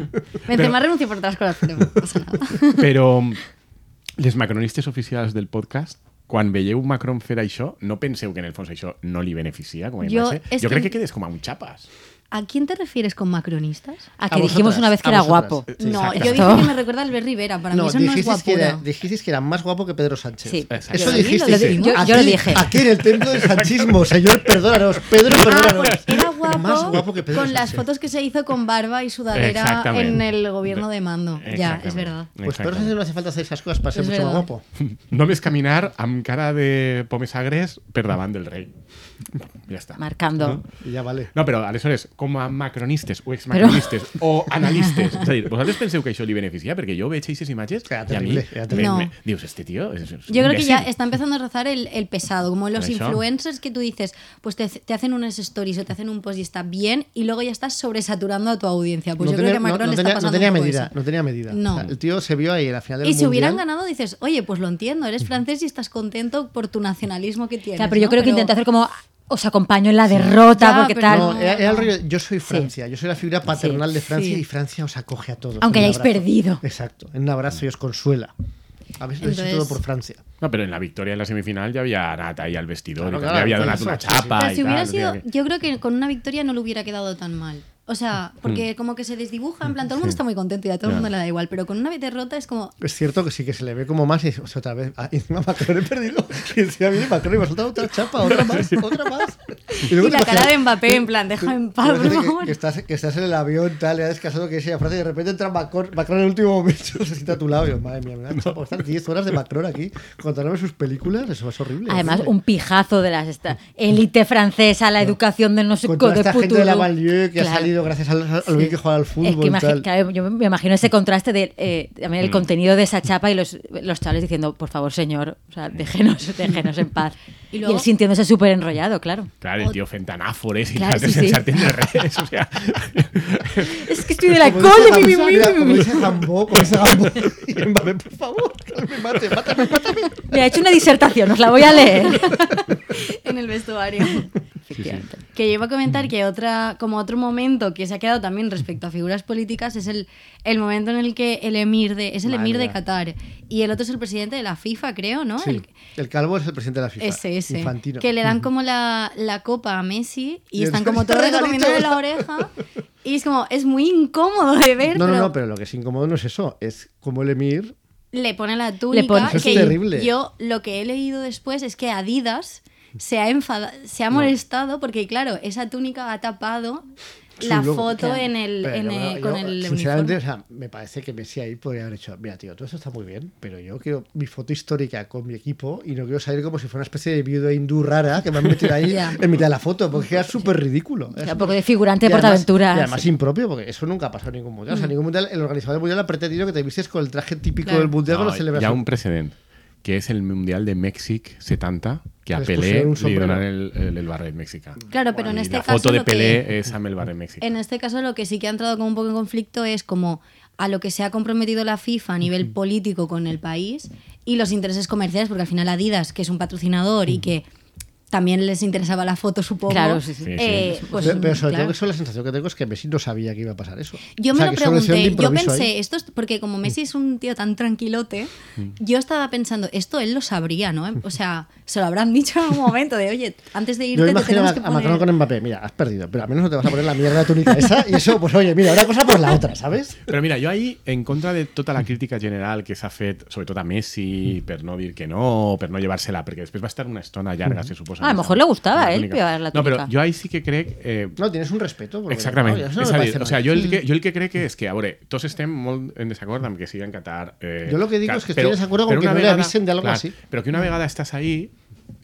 Speaker 5: Benzema renunció por otras cosas, pero no pasa nada.
Speaker 4: Però um, les macronistes oficials del podcast quan veieu Macron fer això, no penseu que en el fons això no li beneficia, com a
Speaker 5: Jo-
Speaker 4: imatge?
Speaker 5: és
Speaker 4: jo crec
Speaker 5: que-
Speaker 4: que quedes com a un xapas.
Speaker 5: ¿A quién te refieres con macronistas?
Speaker 2: A
Speaker 3: A
Speaker 2: que dijimos
Speaker 3: vosotras,
Speaker 2: una vez que
Speaker 3: a
Speaker 2: era
Speaker 3: vosotras.
Speaker 2: guapo.
Speaker 3: Sí,
Speaker 5: No,
Speaker 3: exacto.
Speaker 5: yo dije que me recuerda a Albert Rivera, para mí eso no es
Speaker 3: dijisteis que, era,
Speaker 5: guapura.
Speaker 3: dijisteis que era más guapo que Pedro Sánchez.
Speaker 2: Sí. Exacto.
Speaker 3: Eso
Speaker 5: Yo-
Speaker 3: dijisteis.
Speaker 5: yo lo-
Speaker 2: yo- yo lo
Speaker 3: Aquí-
Speaker 2: dije.
Speaker 3: Aquí en el templo del sanchismo, señor, perdónanos. Pedro,
Speaker 5: Ah,
Speaker 3: perdónanos.
Speaker 5: pues era guapo,
Speaker 3: Más guapo que Pedro
Speaker 5: con las
Speaker 3: Sánchez.
Speaker 5: fotos que se hizo con barba y sudadera en
Speaker 4: Exactamente.
Speaker 5: el gobierno de mando. Ya, es verdad.
Speaker 3: Pues Pedro Sánchez no hace falta hacer esas cosas para ser
Speaker 5: Es
Speaker 3: mucho más
Speaker 5: verdad.
Speaker 3: guapo.
Speaker 4: Només caminar amb cara de pomes agres per davant del rei. Ja està.
Speaker 2: Marcando.
Speaker 3: Y ya vale.
Speaker 4: No, però aleshores, com a macronistes o exmacronistes o analistes, és a dir, vosaltres penseu que això li beneficia? Perquè jo veig aquestes imatges
Speaker 3: Era
Speaker 4: i a mi...
Speaker 3: terrible, era
Speaker 4: me-
Speaker 5: terrible.
Speaker 4: me-
Speaker 5: No.
Speaker 4: dius, este tío... És, és un
Speaker 5: Yo creo que ya
Speaker 4: imbécil".
Speaker 5: está empezando a rozar el, el pesado, como los
Speaker 4: Por eso.
Speaker 5: influencers que tú dices, pues te, te hacen unas stories o te hacen un post y está bien, y luego ya estás sobresaturando a tu audiencia. Pues yo creo que a Macron
Speaker 3: no
Speaker 5: le está
Speaker 3: tenía- no
Speaker 5: pasando
Speaker 3: tenía
Speaker 5: un poco
Speaker 3: medida,
Speaker 5: eso.
Speaker 3: no tenía medida.
Speaker 5: No.
Speaker 3: O sea, el tío se vio ahí en la final del
Speaker 5: Y si hubieran
Speaker 3: Mundial.
Speaker 5: ganado, dices, oye, pues lo entiendo, eres francés y estás contento por tu nacionalismo que tienes.
Speaker 2: Claro, pero yo
Speaker 5: ¿no?
Speaker 2: creo que intenté hacer como os acompaño en la derrota,
Speaker 5: Ya,
Speaker 2: porque
Speaker 5: pero
Speaker 2: tal.
Speaker 3: No, eh, era, era el rollo, yo soy Francia, yo soy la figura paternal
Speaker 5: Ah. Sí,
Speaker 3: de Francia
Speaker 5: sí.
Speaker 3: y Francia os acoge a todos.
Speaker 2: Aunque
Speaker 3: en un
Speaker 2: hayáis
Speaker 3: abrazo.
Speaker 2: perdido.
Speaker 3: Exacto, en un abrazo y os consuela. Habéis lo hecho
Speaker 5: Entonces-
Speaker 3: todo por Francia.
Speaker 4: No, però en la victòria en la semifinal ja havia anat ahí al vestidor,
Speaker 3: Claro,
Speaker 4: claro,
Speaker 3: claro,
Speaker 4: li havia
Speaker 3: por
Speaker 4: donat
Speaker 3: eso,
Speaker 4: una
Speaker 3: sí, sí.
Speaker 4: xapa
Speaker 5: Pero
Speaker 4: i
Speaker 5: si hubiera
Speaker 4: tal, no sé
Speaker 5: sido,
Speaker 4: què.
Speaker 5: yo creo que con una victoria no le hubiera quedado tan mal. O O
Speaker 3: Mm.
Speaker 5: sea, porque como que se desdibuja, en plan, todo el mundo está muy contento y a todo el
Speaker 4: Ya.
Speaker 5: mundo le da igual, pero con una vez derrota es como,
Speaker 3: Es cierto que sí que se le ve como más. y, O sea, otra vez. ah, y encima Macron he perdido. Y encima viene Macron y me ha soltado otra chapa, otra más, otra más. luego
Speaker 5: Y
Speaker 3: te
Speaker 5: la cara
Speaker 3: imaginas-
Speaker 5: de Mbappé, en plan, deja en paz, por
Speaker 3: Imagínate que-
Speaker 5: favor.
Speaker 3: Que, estás, que estás en el avión, tal, le has descansado que sea frase y de repente entra Macron, Macron en el último momento, se sienta a tu lado. y yo, madre mía, me da chapa, están 10 horas de Macron aquí contándome sus películas, eso es horrible.
Speaker 2: Además,
Speaker 3: horrible.
Speaker 2: un pijazo de las esta élite francesa, la educación de no sé
Speaker 3: Con
Speaker 2: co-
Speaker 3: toda esta gente de
Speaker 2: putulu.
Speaker 3: la banlieue que ha
Speaker 2: Claro.
Speaker 3: salido gracias al, al
Speaker 2: Sí.
Speaker 3: bien que juega al fútbol.
Speaker 2: Es que imagi-
Speaker 3: tal.
Speaker 2: claro, yo me imagino ese contraste de eh, también el contenido de esa chapa y los, los chavales diciendo, por favor, señor, o sea, déjenos, déjenos en paz.
Speaker 5: Y
Speaker 2: Y,
Speaker 5: luego-
Speaker 2: él sintiéndose súper enrollado, claro.
Speaker 4: Claro, el tío fentanáfores y
Speaker 2: Claro,
Speaker 4: las de
Speaker 2: sí, sí.
Speaker 4: sartén de redes. O sea,
Speaker 2: Es que estoy de la
Speaker 3: Como dice
Speaker 2: cola,
Speaker 3: Gam-
Speaker 2: mi, mi, mi,
Speaker 3: mira,
Speaker 2: mi,
Speaker 3: Como
Speaker 2: mi.
Speaker 3: dice Gambo, como dice Gambo. Y Mbappé, por favor, que me mate, mátame, mátame.
Speaker 2: Me ha hecho una disertación, os la voy a leer.
Speaker 5: en el vestuario.
Speaker 2: Efectivamente.
Speaker 5: Que yo iba a
Speaker 3: Mm.
Speaker 5: comentar que otra, como otro momento que se ha quedado también respecto a figuras políticas es el, el momento en el que el emir de, es el
Speaker 3: Madre
Speaker 5: emir de
Speaker 3: mía.
Speaker 5: Qatar y el otro es el presidente de la FIFA, creo, ¿no?
Speaker 3: Sí,
Speaker 5: El-
Speaker 3: el calvo es el presidente de la FIFA.
Speaker 5: ese, ese.
Speaker 3: Infantino.
Speaker 5: Que le dan como la, la copa a Messi y,
Speaker 3: Y
Speaker 5: están
Speaker 3: el-
Speaker 5: como todos
Speaker 3: regalito.
Speaker 5: comiéndole la oreja. Y es como, es muy incómodo de ver,
Speaker 3: No, no,
Speaker 5: pero,
Speaker 3: no, pero lo que es incómodo no es eso. Es como el Emir.
Speaker 5: le pone la túnica.
Speaker 2: pone-
Speaker 3: Eso es
Speaker 5: que
Speaker 3: terrible.
Speaker 5: Yo lo que he leído después es que Adidas se ha enfadado, se ha molestado porque, claro, esa túnica ha tapado
Speaker 3: Su
Speaker 5: la
Speaker 3: logo.
Speaker 5: foto
Speaker 2: Claro.
Speaker 5: en el,
Speaker 3: Pero
Speaker 5: en
Speaker 3: bueno,
Speaker 5: el-
Speaker 3: yo,
Speaker 5: con el
Speaker 3: sinceramente,
Speaker 5: uniforme.
Speaker 3: o sea, me parece que Messi ahí podría haber hecho. Mira, tío, todo eso está muy bien, pero yo quiero mi foto histórica con mi equipo y no quiero salir como si fuera una especie de viuda hindú rara que me han metido ahí
Speaker 5: Ya.
Speaker 3: en mitad de la foto, porque queda súper ridículo.
Speaker 2: O
Speaker 3: Es
Speaker 2: sea, un poco de figurante
Speaker 3: Y
Speaker 2: de
Speaker 3: además-
Speaker 2: Portaventura.
Speaker 3: Y además
Speaker 2: sí.
Speaker 3: impropio, porque eso nunca ha pasado en ningún mundial. O sea, ningún mundial, el organizador del mundial ha pretendido que te vistes con el traje típico
Speaker 5: Mm. Claro.
Speaker 3: del mundial con
Speaker 4: no,
Speaker 3: la celebración.
Speaker 4: ya un precedente, que es el Mundial de México 70, que a
Speaker 3: Les
Speaker 4: Pelé
Speaker 3: pusieron un
Speaker 4: le
Speaker 3: sombrero.
Speaker 4: donan el, el, el barret México.
Speaker 5: Claro, pero en
Speaker 4: Y
Speaker 5: este
Speaker 4: la
Speaker 5: caso
Speaker 4: foto de
Speaker 5: lo que-
Speaker 4: Pelé es Amel Barret México.
Speaker 5: En este caso, lo que sí que ha entrado como un poco en conflicto es como a lo que se ha comprometido la FIFA a nivel político con el país y los intereses comerciales, porque al final Adidas, que es un patrocinador y que también les interesaba la foto, supongo.
Speaker 2: Claro, sí, sí.
Speaker 4: Sí, sí.
Speaker 5: eh, pues,
Speaker 3: pero, pero sobre
Speaker 5: claro.
Speaker 3: todo que eso la sensación que tengo es que Messi no sabía que iba a pasar eso.
Speaker 5: Yo
Speaker 3: O sea,
Speaker 5: me lo
Speaker 3: que solo hicieron de
Speaker 5: pregunté, yo
Speaker 3: improviso
Speaker 5: pensé,
Speaker 3: ahí.
Speaker 5: esto es porque como Messi es un tío tan tranquilote, yo estaba pensando, esto él lo sabría, ¿no? O sea, se lo habrán dicho en algún momento de, oye, antes de
Speaker 3: Yo
Speaker 5: irte
Speaker 3: me
Speaker 5: te
Speaker 3: imagino a,
Speaker 5: tenemos que
Speaker 3: a Macron
Speaker 5: poner...
Speaker 3: con Mbappé, mira, has perdido, pero al menos no te vas a poner la mierda de túnica esa y eso, pues oye, mira, una cosa por la otra, ¿sabes?
Speaker 4: Però mira, jo ahir, en contra de tota la crítica general que s'ha fet, sobretot a Messi, per no dir que no, per no llevar-se-la, perquè després va estar una estona llarga, se suposa.
Speaker 2: Ah, a lo mejor le gustaba a él
Speaker 4: túnica.
Speaker 2: llevar la
Speaker 4: No, però
Speaker 2: túnica.
Speaker 4: jo ahir sí que crec... Eh,
Speaker 3: No, tienes un respeto. por lo que-
Speaker 4: Exactament.
Speaker 3: Oye, eso no
Speaker 4: és
Speaker 3: me
Speaker 4: a
Speaker 3: parece
Speaker 4: dir, o sea,
Speaker 3: mal.
Speaker 4: jo el, que, jo el que crec que és que, a veure, tots estem molt en desacord amb que sigui en Qatar. Eh,
Speaker 3: Jo lo que dic
Speaker 4: clar,
Speaker 3: és que estic en desacord amb
Speaker 4: però
Speaker 3: que
Speaker 4: una
Speaker 3: no li avisen de algo así.
Speaker 4: Però que una vegada estàs ahí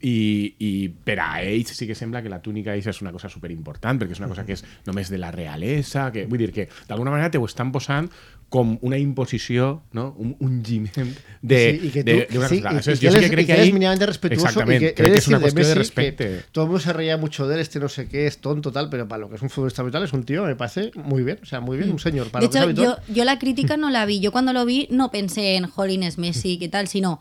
Speaker 4: i, i per a ells sí que sembla que la túnica ells és una cosa superimportant perquè és una cosa que és només de la realesa que, vull dir que d'alguna manera te ho estan posant com una imposició no? un ungiment de,
Speaker 3: Sí, y que tú,
Speaker 4: de, de una
Speaker 3: sí,
Speaker 4: cosa.
Speaker 3: y-
Speaker 4: Entonces,
Speaker 3: y
Speaker 4: jo
Speaker 3: él
Speaker 4: sí que
Speaker 3: es-
Speaker 4: crec
Speaker 3: y que
Speaker 4: que
Speaker 3: él es
Speaker 4: ahí-
Speaker 3: mínimamente respetuoso y
Speaker 4: Exactamente,
Speaker 3: que,
Speaker 4: crec
Speaker 3: él
Speaker 4: que és una
Speaker 3: el de
Speaker 4: qüestió de
Speaker 3: Messi, que
Speaker 4: respecte
Speaker 3: todo el mundo se reía mucho de él, este no sé qué, es tonto tal, pero para lo que es un futbolista habitual es un tío, me parece muy bien, o sea, muy bien, un señor. Para
Speaker 5: De
Speaker 3: lo que es
Speaker 5: hecho, yo,
Speaker 3: habitual.
Speaker 5: yo la crítica no la vi. Yo cuando lo vi no pensé en Jolines Messi, qué tal, sino...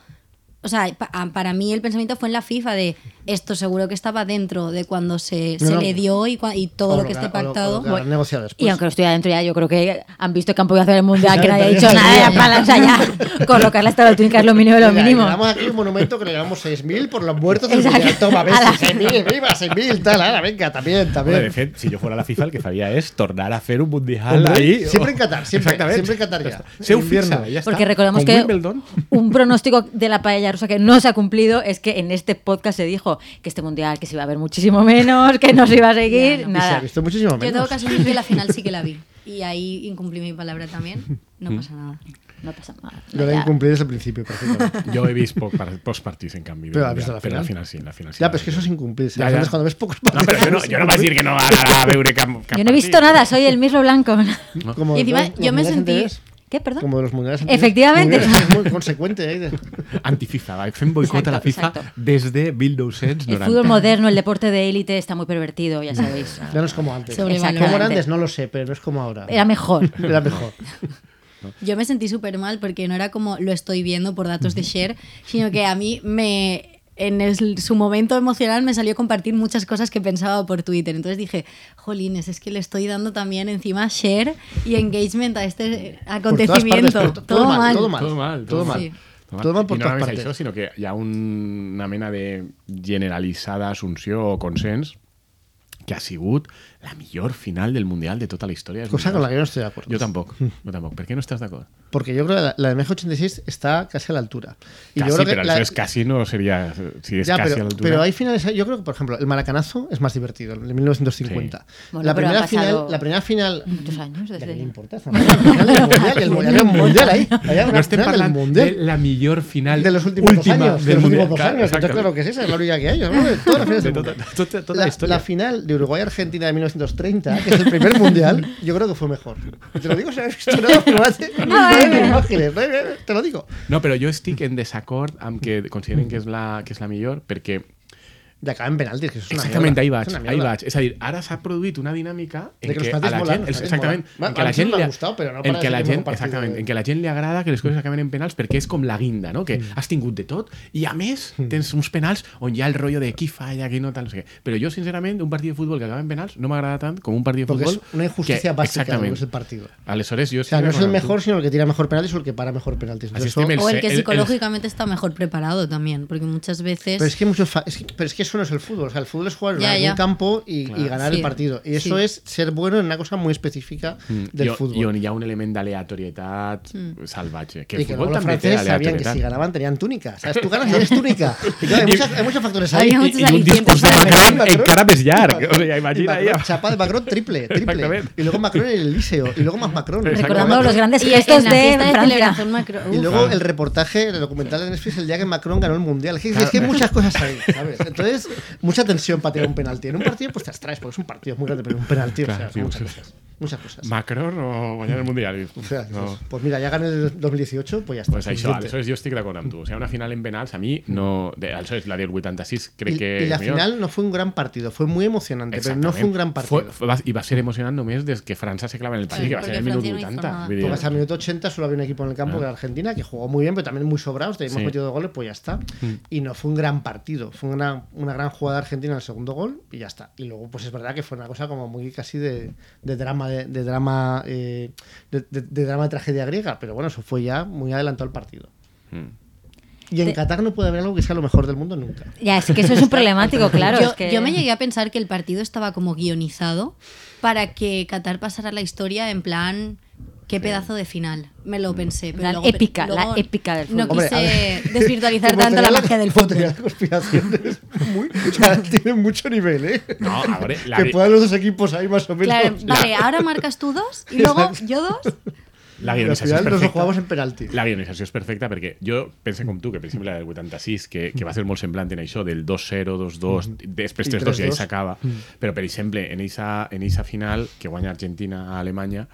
Speaker 5: O sea, pa- a- para mí el pensamiento fue en la FIFA de esto seguro que estaba dentro de cuando se, se
Speaker 3: No, no.
Speaker 5: le dio y, cua- y todo
Speaker 3: O
Speaker 5: lo que
Speaker 3: ha-
Speaker 5: esté
Speaker 3: o lo- o
Speaker 5: pactado.
Speaker 3: lo que habrán negociado
Speaker 2: Y
Speaker 3: después.
Speaker 2: aunque lo estuviera adentro ya, yo creo que han visto que han podido hacer el mundial, que
Speaker 3: Claro,
Speaker 2: nadie ha
Speaker 3: pero
Speaker 2: dicho
Speaker 3: Pues ya
Speaker 2: nada,
Speaker 3: sabía,
Speaker 2: en plan, o sea, ya colocarle hasta la túnica es lo mínimo de lo
Speaker 3: Mira,
Speaker 2: mínimo.
Speaker 3: Le damos aquí un monumento que le damos 6.000 por los muertos del
Speaker 2: Exacto.
Speaker 3: mundial. Toma,
Speaker 2: Ala.
Speaker 3: Messi, 6.000, viva, 6.000, tal, ahora, venga, también,
Speaker 4: Hombre, de
Speaker 3: también.
Speaker 4: fet, si yo fuera la FIFA, el que faría es tornar a hacer un mundial
Speaker 3: Hombre,
Speaker 4: ahí. oh.
Speaker 3: siempre en Qatar, siempre,
Speaker 4: Exactamente.
Speaker 3: siempre en Qatar ya.
Speaker 4: está. Seu
Speaker 3: Invierno.
Speaker 4: fixa, ya está.
Speaker 2: Porque recordemos
Speaker 4: Con
Speaker 2: que
Speaker 4: Wimbledon.
Speaker 2: un pronóstico de la paella rusa que no se ha cumplido es que en este podcast se dijo que este mundial que se iba a ver muchísimo menos, que no se iba a seguir,
Speaker 3: Y
Speaker 5: Ya,
Speaker 3: se ha
Speaker 2: nada.
Speaker 3: visto muchísimo
Speaker 5: Yo tengo
Speaker 3: menos.
Speaker 5: que asumir que la final sí que la vi. Y ahí incumplí mi palabra también. No
Speaker 3: Mm.
Speaker 5: pasa nada.
Speaker 2: No pasa nada.
Speaker 3: Lo de
Speaker 2: Ya.
Speaker 3: incumplir desde el principio, perfectamente.
Speaker 4: Yo he visto poc par- pocs partits, en cambio.
Speaker 3: Pero
Speaker 4: del
Speaker 3: has visto
Speaker 4: Mundial,
Speaker 3: la
Speaker 4: pero
Speaker 3: final.
Speaker 4: sí, la final sí.
Speaker 3: Ya, pero es que eso es incumplir.
Speaker 4: Ya, ya.
Speaker 3: ¿sabes? Cuando ves pocos
Speaker 4: No, pero yo no, yo no voy a decir que no va a veure cap, cap
Speaker 2: Yo no he visto
Speaker 4: partit.
Speaker 2: nada, soy el mismo blanco.
Speaker 3: Como
Speaker 5: Y encima,
Speaker 3: los- los
Speaker 5: yo me
Speaker 3: mundiales
Speaker 5: sentí-
Speaker 3: anteriores,
Speaker 2: ¿Qué, perdón?
Speaker 3: Como de los mundiales anteriores.
Speaker 2: Efectivamente.
Speaker 3: Muy bien, es muy consecuente. ¿eh?
Speaker 4: Antififa, va, fent boicot a la FIFA
Speaker 2: Exacto, exacto.
Speaker 4: desde
Speaker 2: El
Speaker 4: 1990.
Speaker 2: fútbol moderno, el deporte de élite está muy pervertido, ya sabéis.
Speaker 3: Ya no es como antes.
Speaker 5: Sobre-
Speaker 2: Exactamente.
Speaker 3: Como era antes, no lo sé, pero no es como ahora.
Speaker 2: Era mejor.
Speaker 3: Era mejor.
Speaker 5: Yo me sentí súper mal porque no era como lo estoy viendo por datos de share, sino que a mí me. En el- su momento emocional me salió compartir muchas cosas que pensaba por Twitter. Entonces dije, jolines, es que le estoy dando también encima share y engagement a este
Speaker 3: Por todas
Speaker 5: acontecimiento.
Speaker 3: partes, por-
Speaker 5: todo, mal.
Speaker 3: Todo mal.
Speaker 4: Todo mal,
Speaker 3: Todo mal.
Speaker 5: Sí.
Speaker 3: Todo mal por
Speaker 4: I no
Speaker 3: todas
Speaker 4: només
Speaker 3: partes.
Speaker 4: això, sinó que hi ha un, una mena de generalitzada assumpció o consens que ha sigut la millor final del Mundial de tota la història. del
Speaker 3: Cosa con la
Speaker 4: Mundial.
Speaker 3: que no estoy de acuerdo.
Speaker 4: Jo tampoc, jo tampoc. Per què no estàs d'acord?
Speaker 3: Porque yo creo que la, la de México 86 está casi a la altura. Y
Speaker 4: Casi,
Speaker 3: yo creo que
Speaker 4: pero
Speaker 3: la-
Speaker 4: eso es casi no sería... Si es
Speaker 3: Ya,
Speaker 4: casi
Speaker 3: pero,
Speaker 4: a la altura...
Speaker 3: pero hay finales. Yo creo que, por ejemplo, el maracanazo es más divertido, el de 1950.
Speaker 2: Bueno,
Speaker 3: la,
Speaker 2: pero
Speaker 3: primera
Speaker 2: han pasado-
Speaker 3: final, la primera final.
Speaker 2: Muchos años
Speaker 3: Ya,
Speaker 2: desde...
Speaker 3: ¿qué le importa? Esa final del mundial, y el mundial, el mundial ahí. Allá
Speaker 6: No
Speaker 3: una
Speaker 6: estem
Speaker 3: final del
Speaker 6: parlant de
Speaker 3: mundial.
Speaker 6: la millor final
Speaker 3: De los últimos dos
Speaker 6: última
Speaker 3: años. De
Speaker 6: del
Speaker 3: los
Speaker 6: Mundial.
Speaker 3: últimos dos
Speaker 4: Claro,
Speaker 3: años. Entonces,
Speaker 4: exactamente.
Speaker 3: claro que es esa, es la única que hay. ¿no? De todas las finales del
Speaker 4: De
Speaker 3: mundial.
Speaker 4: tota, tota, tota la,
Speaker 3: la,
Speaker 4: història.
Speaker 3: la final de Uruguay-Argentina de 1930, que es el primer mundial, yo creo que fue mejor. Te lo digo, se ha visto nada, pero hace-
Speaker 2: Ah,
Speaker 3: no hay ni imágenes, no hay- te lo digo.
Speaker 4: No, però jo estic en desacord amb que consideren que és la, que és la millor perquè
Speaker 3: De acá en penaltis, que eso es una
Speaker 4: Exactament,
Speaker 3: mierda,
Speaker 4: ahí
Speaker 3: es
Speaker 4: vaig,
Speaker 3: una
Speaker 4: ahí
Speaker 3: mierda.
Speaker 4: vaig. És a dir, ara s'ha produït una dinàmica en
Speaker 3: De que els
Speaker 4: què a
Speaker 3: partits
Speaker 4: la
Speaker 3: molen,
Speaker 4: gent,
Speaker 3: els partits
Speaker 4: exactament,
Speaker 3: molen. A
Speaker 4: en què a la
Speaker 3: mi
Speaker 4: gent
Speaker 3: no m'ha
Speaker 4: li,
Speaker 3: gustat, però no
Speaker 4: en
Speaker 3: para
Speaker 4: què a la
Speaker 3: decir que
Speaker 4: gent,
Speaker 3: no partits
Speaker 4: exactament,
Speaker 3: de-
Speaker 4: en què a la gent li agrada que les coses acaben en penals perquè és com la guinda, no?
Speaker 3: Mm.
Speaker 4: Que has tingut de tot i a més tens uns penals on hi ha el rollo de qui falla, qui no, tal, no sé què. Però jo, sincerament, un partit de futbol que acaba en penals no m'agrada tant com un partit de
Speaker 3: Porque
Speaker 4: futbol
Speaker 3: es una injusticia
Speaker 4: que,
Speaker 3: básica de lo que
Speaker 4: exactament.
Speaker 3: es el partido.
Speaker 4: Aleshores, jo
Speaker 3: O sea, no es el mejor,
Speaker 4: mejor
Speaker 3: sino el que tira mejor penaltis o el que para mejor penaltis. Yo eso-
Speaker 5: O el que psicològicamente está mejor preparado también, porque muchas veces...
Speaker 3: Pero es que muchos fa- es que- pero es que eso no es el fútbol. O sea, el fútbol es jugar
Speaker 5: Ya,
Speaker 3: en
Speaker 5: ya.
Speaker 3: un campo y, y ganar
Speaker 5: Sí.
Speaker 3: el partido. Y eso
Speaker 5: Sí.
Speaker 3: es ser bueno en una cosa muy específica del
Speaker 4: Mm, I, on-
Speaker 3: fútbol.
Speaker 4: I on hi ha un element d'aleatorietat salvatge. Que
Speaker 3: y
Speaker 4: el
Speaker 3: que luego
Speaker 4: futbol
Speaker 3: los
Speaker 4: també té
Speaker 3: franceses sabían que
Speaker 4: aleatorietat.
Speaker 3: si ganaban tenían túnica. ¿Sabes? Tú ganas y eres túnica. Y claro, hay, muchas- hay muchos factores ahí.
Speaker 5: Había
Speaker 4: I,
Speaker 5: muchos
Speaker 4: i un discurs
Speaker 5: alicientes
Speaker 4: de
Speaker 5: para
Speaker 3: Macron
Speaker 4: Macron
Speaker 3: Macron.
Speaker 4: encara més llarg. O sigui,
Speaker 3: Y
Speaker 4: imagina
Speaker 3: Macron,
Speaker 4: ella.
Speaker 3: chapa de Macron triple, triple.
Speaker 4: Exactamente.
Speaker 3: Y luego Macron en el Elíseo. Y luego más Macron.
Speaker 2: Recordando los grandes
Speaker 5: Y en
Speaker 2: gestos
Speaker 5: la
Speaker 2: de
Speaker 5: fiesta de
Speaker 2: Francia.
Speaker 5: celebración macro...
Speaker 3: Y
Speaker 5: Uf.
Speaker 3: luego el reportaje, el documental de Netflix, el día que Macron ganó el mundial. Es que, es que hay muchas cosas ahí, ¿sabes? Entonces, mucha tensión para tirar un penalti. En un partido, pues te abstraes, porque es un partido muy grande, pero un penalti, o
Speaker 4: Claro,
Speaker 3: sea,
Speaker 4: sí,
Speaker 3: muchas
Speaker 4: muchas
Speaker 3: cosas. Muchas cosas.
Speaker 4: Macron o guanyar el Mundial.
Speaker 3: O sea,
Speaker 4: No.
Speaker 3: pues, pues mira, ya gané el 2018, pues ya está.
Speaker 4: Pues això,
Speaker 3: suficiente.
Speaker 4: aleshores jo estic d'acord amb tu. O sigui, una final en penals, a mi no... De, aleshores, la del 86 crec
Speaker 3: Y,
Speaker 4: que...
Speaker 3: y la
Speaker 4: és millor.
Speaker 3: final no fue un gran partido, fue muy emocionante, pero no
Speaker 4: Exactament.
Speaker 3: fue un gran partido.
Speaker 4: Fue- va- I va ser emocionant només des que França se clava en el partit,
Speaker 5: Sí,
Speaker 4: que va ser
Speaker 5: perquè
Speaker 4: el minut
Speaker 5: França no hizo
Speaker 4: 80.
Speaker 5: nada.
Speaker 4: Vull dir,
Speaker 3: Porque hasta el minuto 80 solo había un equipo en el campo que era Argentina, que jugó muy bien, pero también muy sobrados. De ahí hemos
Speaker 4: Ah. Sí. Mm.
Speaker 3: metido dos goles, pues ya está. Y no fue un gran partido. Fue una, una gran jugada argentina en el segundo gol y ya está. Y luego, pues es verdad que fue una cosa como muy casi de, de drama, de, de drama, eh, de, de- de drama de tragedia griega. Pero bueno, eso fue ya muy adelantado al partido.
Speaker 4: mm.
Speaker 3: Y en
Speaker 2: Te-
Speaker 3: Qatar no puede haber algo que sea lo mejor del mundo nunca.
Speaker 2: Ya, es que eso es un problemático, claro.
Speaker 5: yo,
Speaker 2: es que-
Speaker 5: yo me llegué a pensar que el partido estaba como guionizado para que Qatar pasara la historia en plan qué pedazo de final. Me lo pensé. Pero
Speaker 2: La
Speaker 5: luego-
Speaker 2: épica, la
Speaker 5: luego
Speaker 2: épica del
Speaker 5: No
Speaker 2: fútbol.
Speaker 3: Hombre, a
Speaker 5: quise
Speaker 3: ver.
Speaker 5: desvirtualizar
Speaker 3: Como
Speaker 5: tanto
Speaker 3: teoría
Speaker 5: la
Speaker 3: de la-
Speaker 5: magia del
Speaker 3: como
Speaker 5: fútbol.
Speaker 3: teoría de la conspiración es muy- o sea, tiene mucho nivel, ¿eh?
Speaker 4: No, a veure, la,
Speaker 3: que puedan los dos equipos ahí más o menos.
Speaker 5: Claro, vale, ahora marcas tú dos y luego yo dos.
Speaker 3: Y
Speaker 4: la
Speaker 3: al
Speaker 4: guionització és
Speaker 3: final nos lo
Speaker 4: perfecta.
Speaker 3: jugamos en penalti.
Speaker 4: La guionització és perfecta perquè jo pense com tu, que per exemple la del 86, que, que va ser molt semblant en això del 2-0, 2-2, després
Speaker 3: I
Speaker 4: 3-2 i ahí
Speaker 3: 3-2.
Speaker 4: s'acaba. Però per exemple, en eixa, en eixa final que guanya Argentina a Alemanya,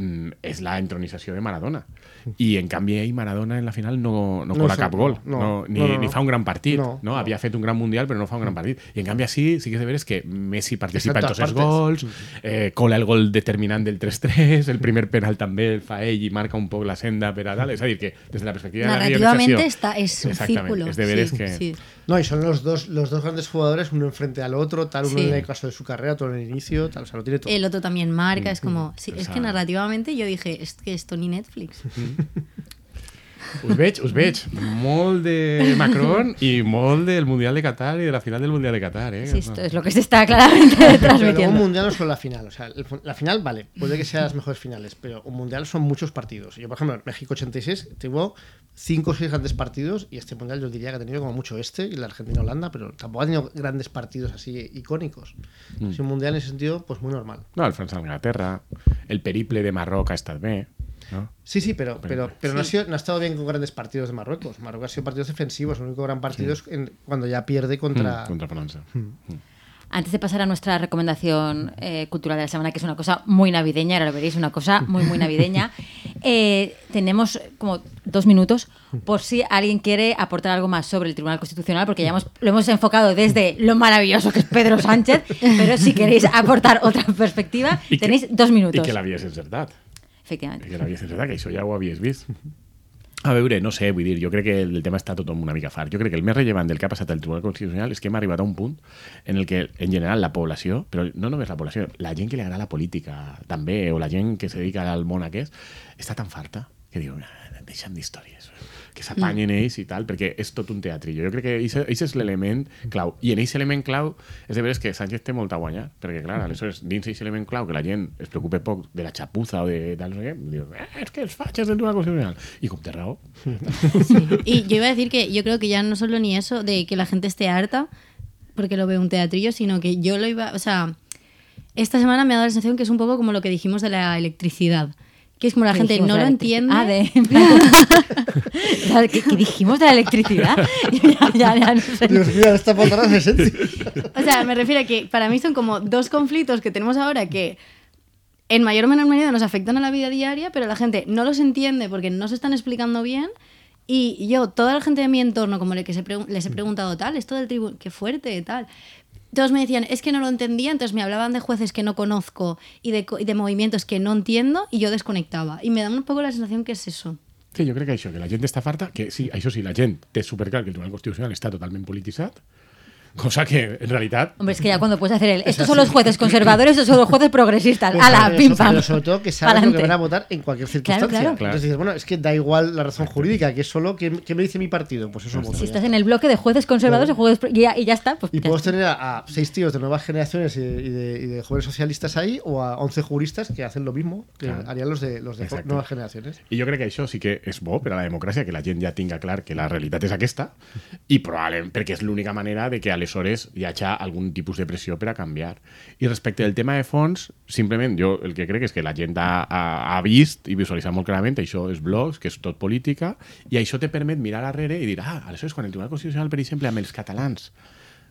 Speaker 4: mm, és la entronització de Maradona. I en canvi ell, Maradona en la final no, no,
Speaker 3: No
Speaker 4: cola
Speaker 3: sé,
Speaker 4: cap gol,
Speaker 3: no,
Speaker 4: no,
Speaker 3: no,
Speaker 4: ni,
Speaker 3: no, no, no.
Speaker 4: ni fa un gran partit. No,
Speaker 3: No,
Speaker 4: no? Havia fet un gran mundial però no fa un gran partit. I en canvi així sí que és de veres que Messi participa
Speaker 3: Està
Speaker 4: en
Speaker 3: en
Speaker 4: tots
Speaker 3: totes
Speaker 4: els
Speaker 3: partes.
Speaker 4: gols, eh, cola el gol determinant del 3-3, el primer penal també el fa ell i marca un poc la senda per a tal. És a dir, que des de la perspectiva de la
Speaker 5: Narrativamente
Speaker 4: guionització-
Speaker 5: está, es un
Speaker 4: Exactament,
Speaker 5: círculo.
Speaker 4: És de veres
Speaker 5: sí,
Speaker 4: que...
Speaker 5: sí.
Speaker 3: No, y son los dos, los dos grandes jugadores, uno enfrente al otro, tal, uno
Speaker 5: Sí.
Speaker 3: en el caso de su carrera, otro en el inicio, tal, o sea, lo tiene todo.
Speaker 5: El otro también marca, es como... sí, es
Speaker 4: Esa-
Speaker 5: que narrativamente yo dije, es que esto ni Netflix.
Speaker 4: Us veig, us veig. Molt de Macron i molt del Mundial de Qatar i de la final del Mundial de Qatar, eh?
Speaker 2: Sí, esto es lo que se está claramente
Speaker 3: Pero luego un
Speaker 2: transmitiendo.
Speaker 3: mundial no es solo la final. O sea, el- la final, vale, puede que sea las mejores finales, pero un mundial son muchos partidos. Yo, por ejemplo, México 86 tuvo 5 o 6 grandes partidos y este mundial yo diría que ha tenido como mucho este y la Argentina-Holanda, pero tampoco ha tenido grandes partidos así icónicos.
Speaker 4: Mm.
Speaker 3: Es un mundial en ese sentido, pues muy normal.
Speaker 4: No, el França-Anglaterra, el periple de Marroc ha estat bé, no?
Speaker 3: Sí, sí, pero, pero, pero no, ha sido- no ha estado bien con grandes partidos de Marruecos. Marruecos ha sido partidos defensivos. El único gran partido es en- cuando ya pierde contra.
Speaker 4: Mm, Contra França.
Speaker 2: Antes de pasar a nuestra recomendación eh, cultural de la semana, que es una cosa muy navideña, ahora lo veréis, una cosa muy, muy navideña, eh, tenemos como dos minutos por si alguien quiere aportar algo más sobre el Tribunal Constitucional, porque ya hemos, lo hemos enfocado desde lo maravilloso que es Pedro Sánchez, pero si queréis aportar otra perspectiva,
Speaker 4: I que-
Speaker 2: tenéis dos
Speaker 4: I
Speaker 2: minutos.
Speaker 4: que l'havies encertat.
Speaker 2: Efectivamente.
Speaker 4: I que l'havies encertat, que això ja ho havies vist. A veure, no sé, vull dir, jo crec que el tema està tothom una mica fart. Jo crec que el més rellevant del que ha passat al Tribunal Constitucional és que hem arribat a un punt en el que, en general, la població, però no només la població, la gent que li agrada la política també, o la gent que se dedica al món aquest, està tan farta que digo, "Ah, deixa'm d'històries que s'apanyen ells i tal, perquè és tot un teatrillo. Jo crec que aquest és l'element clau. I en aquest element clau és de veres que Sánchez té molt a guanyar, perquè, clar, aleshores, dins d'aquest element clau, que la gent es preocupe poc de la xapuza o de tal, no sé què, diu, "Eh, és que els fatxes del Tribunal Constitucional. I com té raó,
Speaker 5: Y yo iba a decir que yo creo que ya no solo ni eso de que la gente esté harta porque lo ve un teatrillo, sino que yo lo iba, o sea, esta semana me ha dado la sensación que es un poco como lo que dijimos de la electricidad, que es como la
Speaker 2: ¿Qué
Speaker 5: gente
Speaker 2: dijimos
Speaker 5: no
Speaker 2: de
Speaker 5: lo
Speaker 2: la electric-
Speaker 5: entiende.
Speaker 2: Ah, de. Ya, ¿Qué, qué dijimos de la electricidad? ya, ya, ya, no sé.
Speaker 3: Dios mío, esta patada me sentí.
Speaker 5: O sea, me refiero a que para mí son como dos conflictos que tenemos ahora que en mayor o menor medida nos afectan a la vida diaria, pero la gente no los entiende porque no se están explicando bien. Y yo, toda la gente de mi entorno, como le que se pregun- les he preguntado tal, esto del tribunal, qué fuerte, tal. Todos me decían, es que no lo entendía, entonces me hablaban de jueces que no conozco y de, co- y de movimientos que no entiendo y yo desconectaba. Y me da un poco la sensación que es eso.
Speaker 4: Sí, jo crec que això, que la gent està farta, que sí, això sí, la gent té superclar que el Tribunal Constitucional està totalment polititzat, cosa que, en realitat,
Speaker 2: Hombre, es que ya cuando puedes hacer el. Estos son los jueces conservadores, estos son los jueces progresistas.
Speaker 3: Pues
Speaker 2: ¡Hala, pim pam!
Speaker 3: Pero sobre todo que saben lo que
Speaker 2: Pa'lante.
Speaker 3: van a votar en cualquier circunstancia.
Speaker 2: claro.
Speaker 4: Claro.
Speaker 3: Entonces dices, bueno, es que da igual la razón jurídica, que es solo que, que me dice mi partido. Pues eso voto.
Speaker 2: Si
Speaker 3: ya.
Speaker 2: estás en el bloque de jueces conservadores y, jueces pro- y, ya, y ya está. Pues
Speaker 3: Y
Speaker 2: ya
Speaker 3: podemos
Speaker 2: está.
Speaker 3: tener a, a seis tíos de nuevas generaciones y de, y de- y de jóvenes socialistas ahí, o a 11 juristas que hacen lo mismo que
Speaker 4: Claro.
Speaker 3: harían los de, los de
Speaker 4: Exacto.
Speaker 3: nuevas generaciones.
Speaker 4: i jo crec que això sí que és bo per a la democràcia, que la gent ja tinga clar que la realitat és aquesta, i probablement perquè és l'única manera de que aleshores hi hagi algun tipus de pressió per a canviar. I respecte del tema de fons, simplement jo el que crec és que la gent ha, ha, ha vist i visualitzat molt clarament, això és blogs, que és tot política, i això te permet mirar darrere i dir, ah, aleshores quan el Tribunal Constitucional, per exemple, amb els catalans,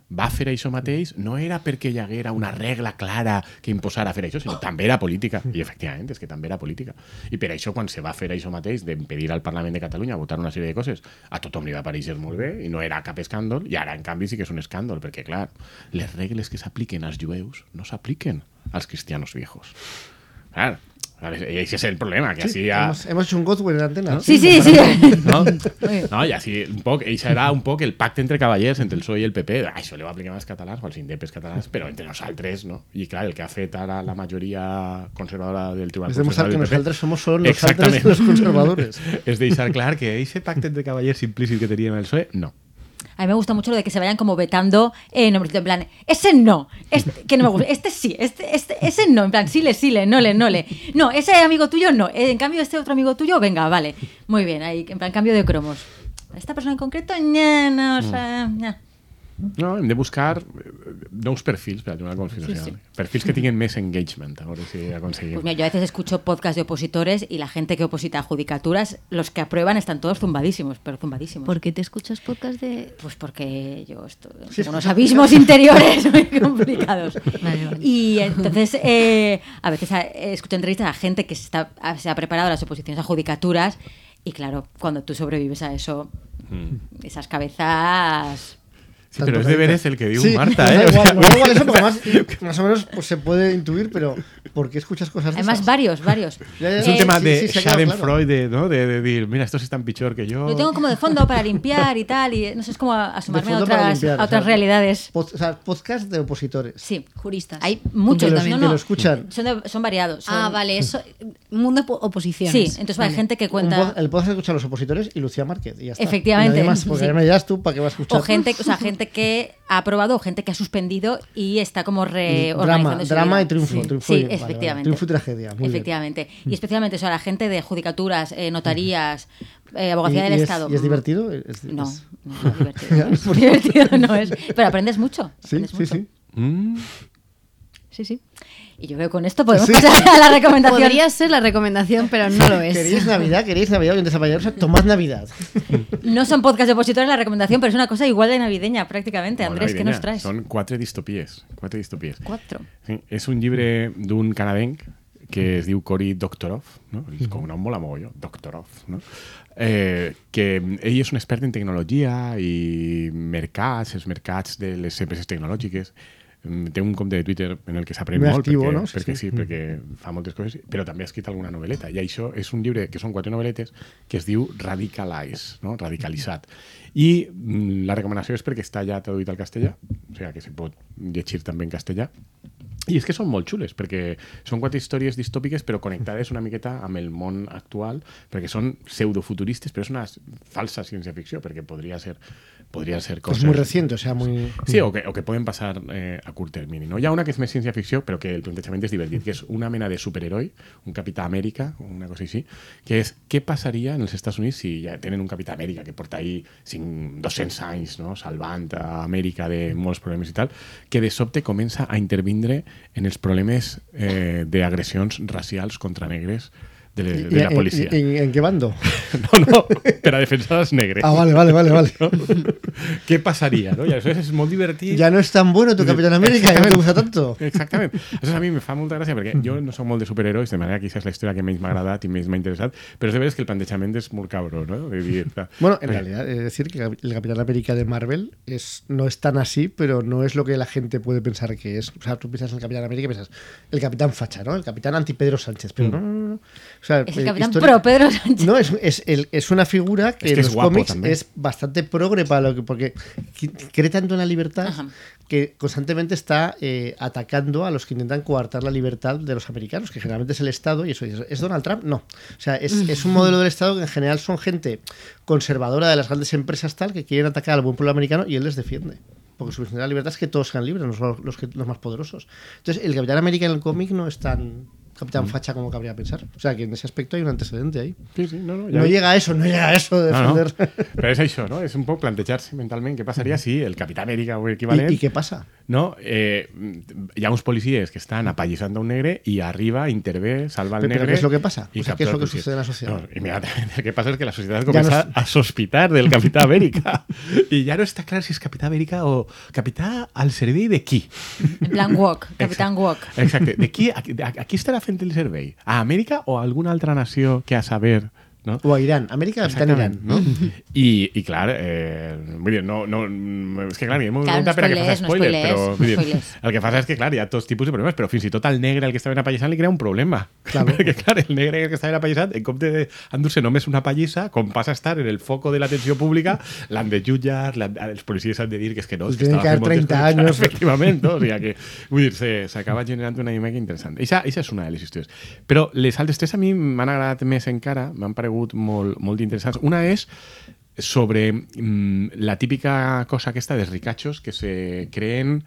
Speaker 4: va fer això mateix no era perquè hi haguera una regla clara que imposara fer això, sinó també era política. I efectivament, és que també era política. I per això, quan se va fer això mateix d'impedir al Parlament de Catalunya votar una sèrie de coses, a tothom li va pareixer molt bé i no era cap escàndol, i ara, en canvi, sí que és un escàndol, perquè, clar, les regles que s'apliquen als jueus no s'apliquen als cristianos viejos. Clar, i aquest és el problema, que així ja...
Speaker 3: Hemos, hemos hecho un Godwin en la antena.
Speaker 2: Sí, sí, sí.
Speaker 4: No? no, i així un poc, ell serà un poc el pacte entre cavallers, entre el PSOE i el PP. Ah, Això li va aplicar als catalans, als indepes catalans, però entre nosaltres, no? I clar, el que ha fet ara la majoria conservadora del Tribunal
Speaker 3: Es demostrar que
Speaker 4: del PP
Speaker 3: nosotros somos solo los
Speaker 4: Exactament.
Speaker 3: altres los conservadores.
Speaker 4: és deixar clar que aquest pacte entre cavallers implícit que tenien el PSOE, E, no.
Speaker 2: A mí me gusta mucho lo de que se vayan como vetando eh, nombres. En plan, ese no, este, que no me gusta. Este sí, este, este, ese no. En plan, sí le, sí le, no le, no le. No, ese amigo tuyo no. Eh, En cambio, este otro amigo tuyo, venga, vale. Muy bien, ahí, en plan, cambio de cromos. Esta persona en concreto, ña, no, o sea, ña.
Speaker 4: No, hem de buscar eh, nous perfils per al Tribunal Constitucional.
Speaker 2: Sí,
Speaker 4: Sí,
Speaker 2: sí.
Speaker 4: sí. Perfils que tinguin més engagement, a veure si aconseguim.
Speaker 2: Pues mira, yo a veces escucho podcast de opositores y la gente que oposita a judicaturas, los que aprueban están todos zumbadísimos, pero zumbadísimos.
Speaker 5: ¿Por qué te escuchas podcast de...?
Speaker 2: Pues porque yo estoy en unos abismos interiores muy complicados.
Speaker 5: Vale, vale.
Speaker 2: Y entonces eh, a veces a- eh, escucho entrevistas a gente que se, está, a- se ha preparado las oposiciones a judicaturas y claro, cuando tú sobrevives a eso,
Speaker 3: Mm.
Speaker 2: esas cabezas...
Speaker 5: Pues
Speaker 4: Sí, però és de veres el que diu
Speaker 3: Sí,
Speaker 4: Marta,
Speaker 3: me da
Speaker 4: eh? O
Speaker 3: Igual,
Speaker 4: sea,
Speaker 3: me da igual eso, porque más, más o menos pues, se puede intuir, pero ¿por qué escuchas cosas de
Speaker 2: Además,
Speaker 3: esas?
Speaker 2: varios, varios.
Speaker 3: Ya, ya,
Speaker 4: Es un
Speaker 3: Eh,
Speaker 4: tema
Speaker 3: sí,
Speaker 4: de
Speaker 3: sí, se ha quedado
Speaker 4: Schadenfreude, ¿no? De, de decir, mira, estos están pichor que yo.
Speaker 2: Lo tengo como de fondo para limpiar y tal, y no sé, es como a- asomarme a
Speaker 3: fondo para
Speaker 2: otras,
Speaker 3: limpiar,
Speaker 2: a otras
Speaker 3: o sea,
Speaker 2: realidades.
Speaker 3: Pod- o sea, podcast de opositores.
Speaker 2: Sí,
Speaker 5: Juristas.
Speaker 2: hay muchos
Speaker 3: que los-
Speaker 2: también.
Speaker 3: que lo escuchan.
Speaker 2: Son, de- son variados. son-
Speaker 5: Ah, vale, eso... Mundo po- oposiciones.
Speaker 2: Sí, entonces hay
Speaker 5: Vale.
Speaker 2: gente que
Speaker 3: Un
Speaker 2: cuenta...
Speaker 3: pod- el podcast escuchan los opositores y Lucía Márquez. Y ya está.
Speaker 2: Efectivamente,
Speaker 3: Y nadie más, porque
Speaker 2: sí.
Speaker 3: ya me dirás tú para qué vas a escuchar.
Speaker 2: O gente, o sea, gente que ha aprobado o gente que ha suspendido y está como reorganizando
Speaker 3: drama,
Speaker 2: su
Speaker 3: drama
Speaker 2: vida.
Speaker 3: y triunfo.
Speaker 2: Sí,
Speaker 3: triunfo
Speaker 2: Sí,
Speaker 3: y, vale, vale.
Speaker 2: efectivamente.
Speaker 3: Triunfo y tragedia. Muy bien. Mm.
Speaker 2: efectivamente. Y especialmente o sea, la gente de judicaturas, eh, notarías, eh,
Speaker 3: Y-
Speaker 2: abogacía
Speaker 3: y
Speaker 2: del
Speaker 3: es-
Speaker 2: Estado.
Speaker 3: ¿Y es divertido? Es-
Speaker 2: No,
Speaker 3: es-
Speaker 2: no, no es divertido. no es divertido no es. Pero aprendes mucho.
Speaker 3: Sí,
Speaker 2: aprendes
Speaker 3: sí,
Speaker 2: mucho.
Speaker 3: sí.
Speaker 4: Mm.
Speaker 2: Sí, sí. Y yo creo que con esto podemos
Speaker 3: Sí.
Speaker 2: pasar a la recomendación.
Speaker 5: Podría ser la recomendación, pero no lo es.
Speaker 3: ¿Queréis Navidad? ¿Queréis Navidad? Oyentes apañadosos, tomad Navidad.
Speaker 2: No son podcast de opositores la recomendación, pero es una cosa igual de navideña prácticamente.
Speaker 4: Molt
Speaker 2: Andrés, ¿qué
Speaker 4: navideña.
Speaker 2: nos traes?
Speaker 4: Són quatre distopies. Quatre distopies.
Speaker 2: Cuatro.
Speaker 4: Sí, és un llibre d'un canadenc que es diu Cory Doctorow, no? el cognom mola mogolló, Doctorow, no? eh, que ell és un expert en tecnologia i mercats, els mercats de les empreses tecnològiques, Mm, té un compte de Twitter en el que s'aprèn
Speaker 3: Molt
Speaker 4: molt,
Speaker 3: actiu,
Speaker 4: perquè,
Speaker 3: no? Sí,
Speaker 4: perquè
Speaker 3: sí.
Speaker 4: sí, perquè fa moltes coses, però també ha escrit alguna novel·leta. I això és un llibre, que són quatre novel·letes, que es diu Radicalize, no? radicalitzat. I mm, la recomanació és perquè està ja traduït al castellà, o sigui que se pot llegir també en castellà, I és que són molt xules, perquè són quatre històries distòpiques però connectades una miqueta amb el món actual, perquè són pseudofuturistes, però és una falsa ciència-ficció, perquè podria ser, podria ser
Speaker 3: Es
Speaker 4: coses...
Speaker 3: Pues muy reciente, o sea, muy.
Speaker 4: Sí, o que, o que poden passar eh, a curt termini. No? Hi ha una que és més ciència-ficció, però que el plantejament és divertit, que és una mena de superheroi, un Capità Amèrica, o una cosa així, que és què passaria en els Estats Units si ja tenen un Capità Amèrica que porta ahí 5, 200 anys no? salvant a Amèrica de molts problemes i tal, que de sobte comença a intervindre en els problemes eh, d'agressions racials contra negres de, le- de la
Speaker 3: ¿En-
Speaker 4: policia.
Speaker 3: ¿En, en qué bando?
Speaker 4: No, no, per a defensar els negres.
Speaker 3: Ah, vale, vale, vale, vale.
Speaker 4: Què passaria? No? I aleshores és molt divertit.
Speaker 3: Ya no es tan bueno tu Capitán América, ya no te gusta tanto.
Speaker 4: Exactament. Això a mi em fa molta gràcia perquè jo no sóc molt de superherois, de manera que aquesta és la història que menys m'ha agradat i més m'ha interessat, però és de veres que el plantejament és molt cabró, no? De dir,
Speaker 3: Bueno, en realidad, es decir, que el Capitán América de Marvel es, no es tan así, pero no es lo que la gente puede pensar que es. O sea, tú piensas en el Capitán América y piensas, el Capitán Facha, ¿no? El Capitán anti-Pedro Sánchez, pero no, no, no. O sea,
Speaker 2: Es el
Speaker 3: eh,
Speaker 2: capitán
Speaker 3: histori-
Speaker 2: pro Pedro Sánchez.
Speaker 3: No, es, es, el- es una figura que
Speaker 4: Es que
Speaker 3: en
Speaker 4: es
Speaker 3: los
Speaker 4: guapo
Speaker 3: cómics
Speaker 4: también.
Speaker 3: es bastante progre para lo que. porque qui- cree tanto en la libertad
Speaker 2: Ajá.
Speaker 3: que constantemente está eh, atacando a los que intentan coartar la libertad de los americanos, que generalmente es el Estado, y eso dices, ¿es Donald Trump? No. O sea, es, es un modelo del Estado que en general son gente conservadora de las grandes empresas tal que quieren atacar al buen pueblo americano y él les defiende. Porque su visión de la libertad es que todos sean libres, no solo los, que- los más poderosos. Entonces, el Capitán América en el cómic no es tan capitán facha como cabría pensar. O sea, que en ese aspecto hay un antecedente ahí.
Speaker 4: Sí, sí, no, no,
Speaker 3: No llega a eso, no llega a eso de
Speaker 4: No, no.
Speaker 3: defender.
Speaker 4: Però és això, no? És un poc plantejar-se mentalment què passaria si el Capità Amèrica o
Speaker 3: ¿Y,
Speaker 4: equivalent...
Speaker 3: y qué pasa?
Speaker 4: No, eh, hi ha uns policies que estan apallissant a un negre i arriba, intervé, salva el
Speaker 3: Però- però
Speaker 4: negre...
Speaker 3: què és lo que passa?
Speaker 4: i
Speaker 3: O sea, què és lo que
Speaker 4: captura el policia.
Speaker 3: sucede en la societat?
Speaker 4: No, immediatament el que passa és que la societat
Speaker 3: no
Speaker 4: comença
Speaker 3: es-
Speaker 4: a sospitar del Capità Amèrica. I ja no està clar si és Capità Amèrica o Capità al servei de qui.
Speaker 2: En plan Walk, Capitán
Speaker 4: Exacte.
Speaker 2: Walk.
Speaker 4: Exacte. De qui, a, a, a qui estarà fent el servei? A Amèrica o a alguna altra nació que a saber... No?
Speaker 3: O a Irán. América está en Irán.
Speaker 4: no? I, i clar, eh, vull dir, no, no, mm, és que clar, Guillem ho
Speaker 2: Clar, no
Speaker 4: pregunta per a que
Speaker 2: spoilers,
Speaker 4: fas
Speaker 2: no
Speaker 4: spoilers,
Speaker 2: spoilers,
Speaker 4: però
Speaker 2: no
Speaker 4: vull dir,
Speaker 2: spoilers.
Speaker 4: el que passa és que clar, hi ha tots tipus de problemes, però fins i tot al negre, el que estava apallissant, li crea un problema.
Speaker 3: Claro.
Speaker 4: Perquè clar, el negre que estava apallissant, en compte d'endur-se només una pallissa, com passa a estar en el foco de l'atenció pública, l'han de jutjar, l'han- els policies han de dir que és que no,
Speaker 3: Li
Speaker 4: és que
Speaker 3: tienen
Speaker 4: estava
Speaker 3: que
Speaker 4: fent
Speaker 3: dar 30
Speaker 4: moltes coses,
Speaker 3: años.
Speaker 4: Efectivament, no? o sigui que vull dir, se- s'acaba generant una imatge interessant. Eixa, eixa és una de les històries. Però les altres tres a mi m'han agradat més encara, m'han paregut molt, molt interessants. Una és sobre mm, la típica cosa aquesta dels ricachos que se creen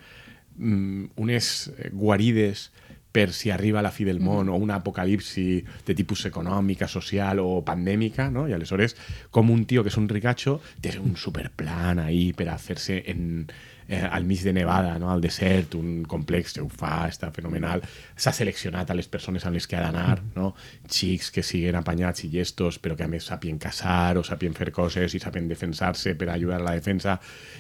Speaker 4: mm, unes guarides per si arriba la fi del món o un apocalipsi de tipus econòmica, social o pandèmica, no? I aleshores, com un tio que és un ricacho, té un superplan ahí per a fer-se en, eh, al mig de Nevada, no? al desert, un complex que ho fa, està fenomenal. S'ha seleccionat a les persones amb les que ha d'anar,
Speaker 2: Mm.
Speaker 4: no? xics que siguen apanyats i llestos, però que a més sapien casar o sapien fer coses i sapien defensar-se per ajudar a la defensa,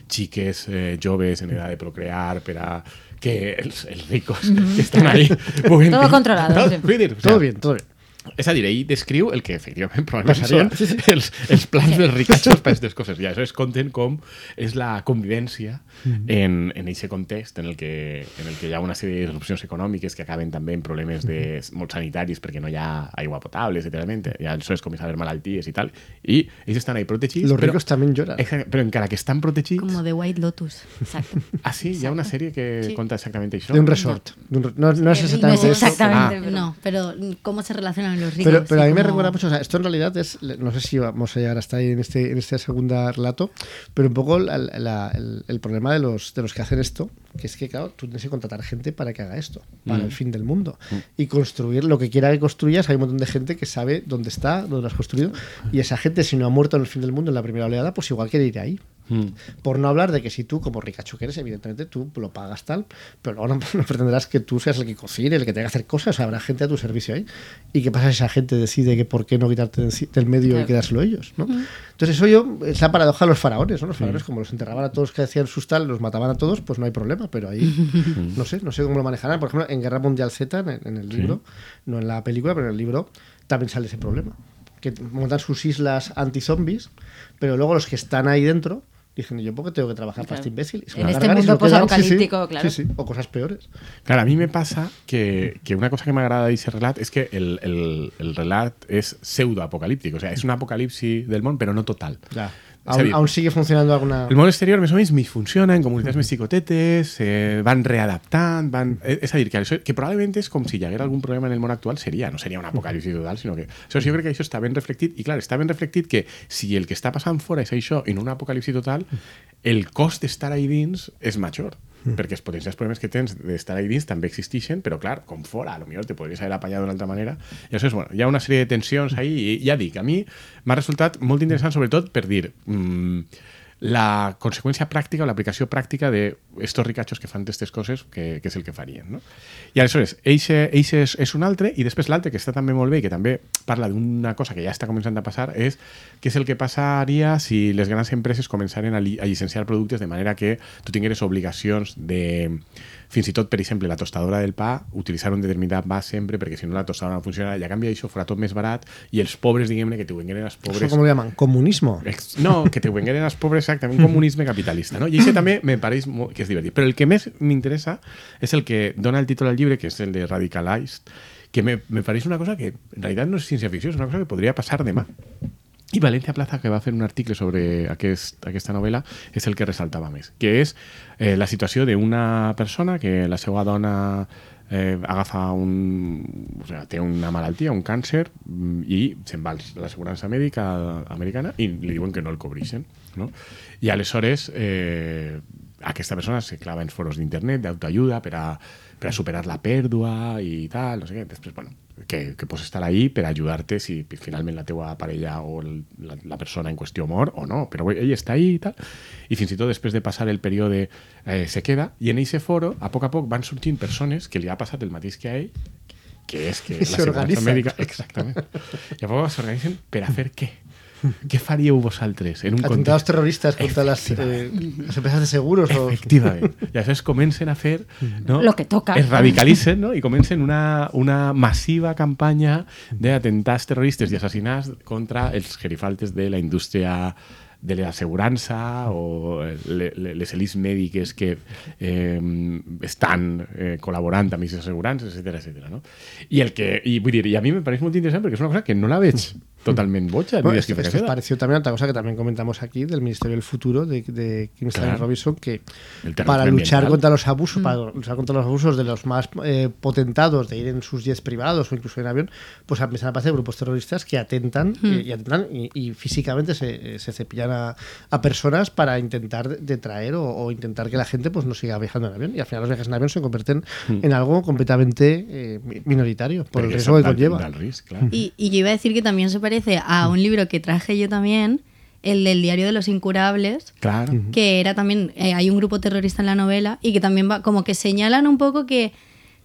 Speaker 4: xiques eh, joves en edat de procrear per a que els, els ricos que estan ahí... puguen-
Speaker 2: Mm. Todo controlado,
Speaker 4: No,
Speaker 2: sí.
Speaker 4: vull dir, o sea,
Speaker 3: Todo bien, todo bien.
Speaker 4: és a dir, ell descriu el que efectivament probablement
Speaker 3: Passaria,
Speaker 4: són els, els plans dels ricachos per aquestes coses. I això es conten com és la convivència en, en aquest context en el, que, en el que hi ha una sèrie de disrupcions econòmiques que acaben també en problemes de, molt sanitaris perquè no hi ha aigua potable, etc. I aleshores comença a haver malalties i tal. I ells estan ahí protegits.
Speaker 3: Los
Speaker 4: però-
Speaker 3: ricos también lloran.
Speaker 4: Exacte, però encara que estan protegits...
Speaker 5: Como de White Lotus.
Speaker 2: Exacto.
Speaker 4: Ah, sí? Hi ha una sèrie que
Speaker 2: Sí.
Speaker 4: conta exactament això.
Speaker 3: De un resort. De un re- no, no es
Speaker 2: Sí,
Speaker 5: No
Speaker 3: exactamente
Speaker 5: es
Speaker 2: no
Speaker 3: eso.
Speaker 2: exacta- exactamente,
Speaker 5: Ah.
Speaker 2: pero-
Speaker 5: No, pero cómo se relacionan los ricos.
Speaker 3: Pero, pero a mí
Speaker 5: y
Speaker 3: me
Speaker 5: cómo-
Speaker 3: recuerda mucho, o sea, esto en realidad es, no sé si vamos a llegar hasta ahí en este, en este segundo relato, pero un poco la- la- el, el problema de los, de los que hacen esto, que es que, claro, tú tienes que contratar gente para que haga esto, para el fin del mundo. Y construir lo que quiera que construyas, hay un montón de gente que sabe dónde está, dónde lo has construido, y esa gente, si no ha muerto en el fin del mundo en la primera oleada, pues igual quiere ir ahí. Por no hablar de que si tú, como ricacho que eres, evidentemente tú lo pagas tal, pero luego no, no pretenderás que tú seas el que cocine, el que tenga que hacer cosas, habrá gente a tu servicio ahí. ¿Y qué pasa si esa gente decide que por qué no quitarte de enci- del medio
Speaker 2: Claro.
Speaker 3: y quedárselo ellos? ¿no? Entonces eso yo, es la paradoja de los faraones, ¿no? Los faraones como los enterraban a todos que hacían sus tal, los mataban a todos, pues no hay problema, pero ahí no sé, no sé cómo lo manejarán. Por ejemplo, en Guerra Mundial Z, en, en el libro, no en la película, pero en el libro también sale ese problema que montan sus islas anti-zombies, pero luego los que están ahí dentro dicen, ¿yo por qué tengo que trabajar
Speaker 2: Claro.
Speaker 3: para este imbécil? Y se
Speaker 2: En
Speaker 3: lo
Speaker 2: este
Speaker 3: cargan y se
Speaker 2: mundo
Speaker 3: lo quedan. Sí, sí.
Speaker 2: posapocalíptico, claro.
Speaker 3: Sí, sí, o cosas peores.
Speaker 4: Claro, a mí me pasa que, que una cosa que me agrada de ese relat es que el, el, el relat es pseudo-apocalíptico. O sea, es un apocalipsis del mundo, pero no total.
Speaker 3: Ya. Aún, aún sigue funcionando alguna.
Speaker 4: El mono exterior, més o menys, mig funciona, en comunitats més xicotetes, eh, van readaptant, van... Eh, És a dir, que, això, que probablement és com si hi haguera algun problema en el món actual, seria, no seria un apocalipsi total, sinó que... Això, jo crec que això està ben reflectit, i clar, està ben reflectit que si el que està passant fora és això, en un apocalipsi total, el cost d'estar ahí dins és major. Perquè els potencials problemes que tens d'estar ahí dins també existeixen, però clar, com fora, a lo millor te podries haver apanyat d'una altra manera. I això és, bueno, hi ha una sèrie de tensions ahí, i ja dic, a mi m'ha resultat molt interessant, sobretot per dir... Mm, la conseqüència pràctica o l'aplicació pràctica de estos ricachos que fan d'aquestes coses que, que és el que farien. No? I aleshores, eixe, eixe és, és un altre i després l'altre que està també molt bé i que també parla d'una cosa que ja està començant a passar és què és el que passaria si les grans empreses començaren a, li, a llicenciar productes de manera que tu tingueres obligacions de fins i tot, per exemple, la tostadora del pa, utilitzar un determinat va sempre perquè si no la tostadora no funcionarà i a canvi això farà tot més barat i els pobres, diguem-ne, que t'ho vengueren els pobres
Speaker 3: Eso, ¿Cómo lo llaman? Comunismo.
Speaker 4: Ex- No, que te vengueren els pobres, exactament, un comunisme capitalista. No? I això també me pareix molt, que és divertit. Però el que més m'interessa és el que dona el títol al llibre, que és el de Radicalized, que me, me pareix una cosa que en realitat no és ciència ficció, és una cosa que podria passar demà. I València Plaza, que va fer un article sobre aquest, aquesta novel·la, és el que ressaltava més, que és eh, la situació d'una persona que la seva dona eh, agafa un... O sigui, té una malaltia, un càncer, mm, i se'n va a l'assegurança mèdica americana i li diuen que no el cobrixen. No? I aleshores eh, aquesta persona se clava en foros d'internet d'autoajuda per a, per a superar la pèrdua i tal, no sé què. Després, bueno, que, que pots estar ahí per ajudar-te si finalment la teua parella o el- la, la persona en qüestió mor o no, però ell està ahí i tal, i fins i tot després de passar el període eh, se queda, i en aquest foro, a poc a poc, van sortint persones que li ha passat el mateix que a ell, que és que
Speaker 3: I
Speaker 4: seguretat
Speaker 3: s'organitzen.
Speaker 4: mèdica... Exactament. I a poc a poc s'organitzen per a fer què? Què faríeu vosaltres en un
Speaker 3: Atentados
Speaker 4: context?
Speaker 3: terroristas contra las, eh, las empresas de seguros. O...
Speaker 4: Efectivament. I aleshores comencen a fer... No?
Speaker 2: Lo que toca.
Speaker 4: Es radicalitzen no? i comencen una, una massiva campanya d'atentats terroristes i assassinats contra els gerifaltes de la indústria de l'assegurança o le- le- les elits mèdiques que eh, estan eh, col·laborant amb aquestes assegurances, etc etc. No? I, el que, i, vull dir, I a mi me pareix molt interessant perquè és una cosa que no la veig totalment boja.
Speaker 3: Bueno,
Speaker 4: ni
Speaker 3: es que esto es
Speaker 4: descafeïnada.
Speaker 3: parecido también a otra cosa que también comentamos aquí del Ministerio del Futuro de, de Kim Stanley
Speaker 4: Claro.
Speaker 3: Robinson que
Speaker 4: El terrorismo
Speaker 3: para luchar
Speaker 4: ambiental.
Speaker 3: contra los abusos para luchar contra los abusos de los más eh, potentados de ir en sus jets privados o incluso en avión pues empiezan a aparecer grupos terroristas que atentan eh, y atentan y, y físicamente se, eh, se cepillan a, a personas para intentar detraer o, o intentar que la gente pues no siga viajando en avión y al final los viajes en avión se convierten
Speaker 4: Mm.
Speaker 3: en algo completamente eh, minoritario por el
Speaker 4: Perquè
Speaker 3: riesgo que
Speaker 4: surt del-
Speaker 3: conlleva
Speaker 4: Del risc, clar.
Speaker 5: Y, y yo iba a decir que también se parece a un libro que traje yo también, el del Diario de los Incurables,
Speaker 4: Claro.
Speaker 5: que era también, eh, hay un grupo terrorista en la novela y que también va, como que señalan un poco que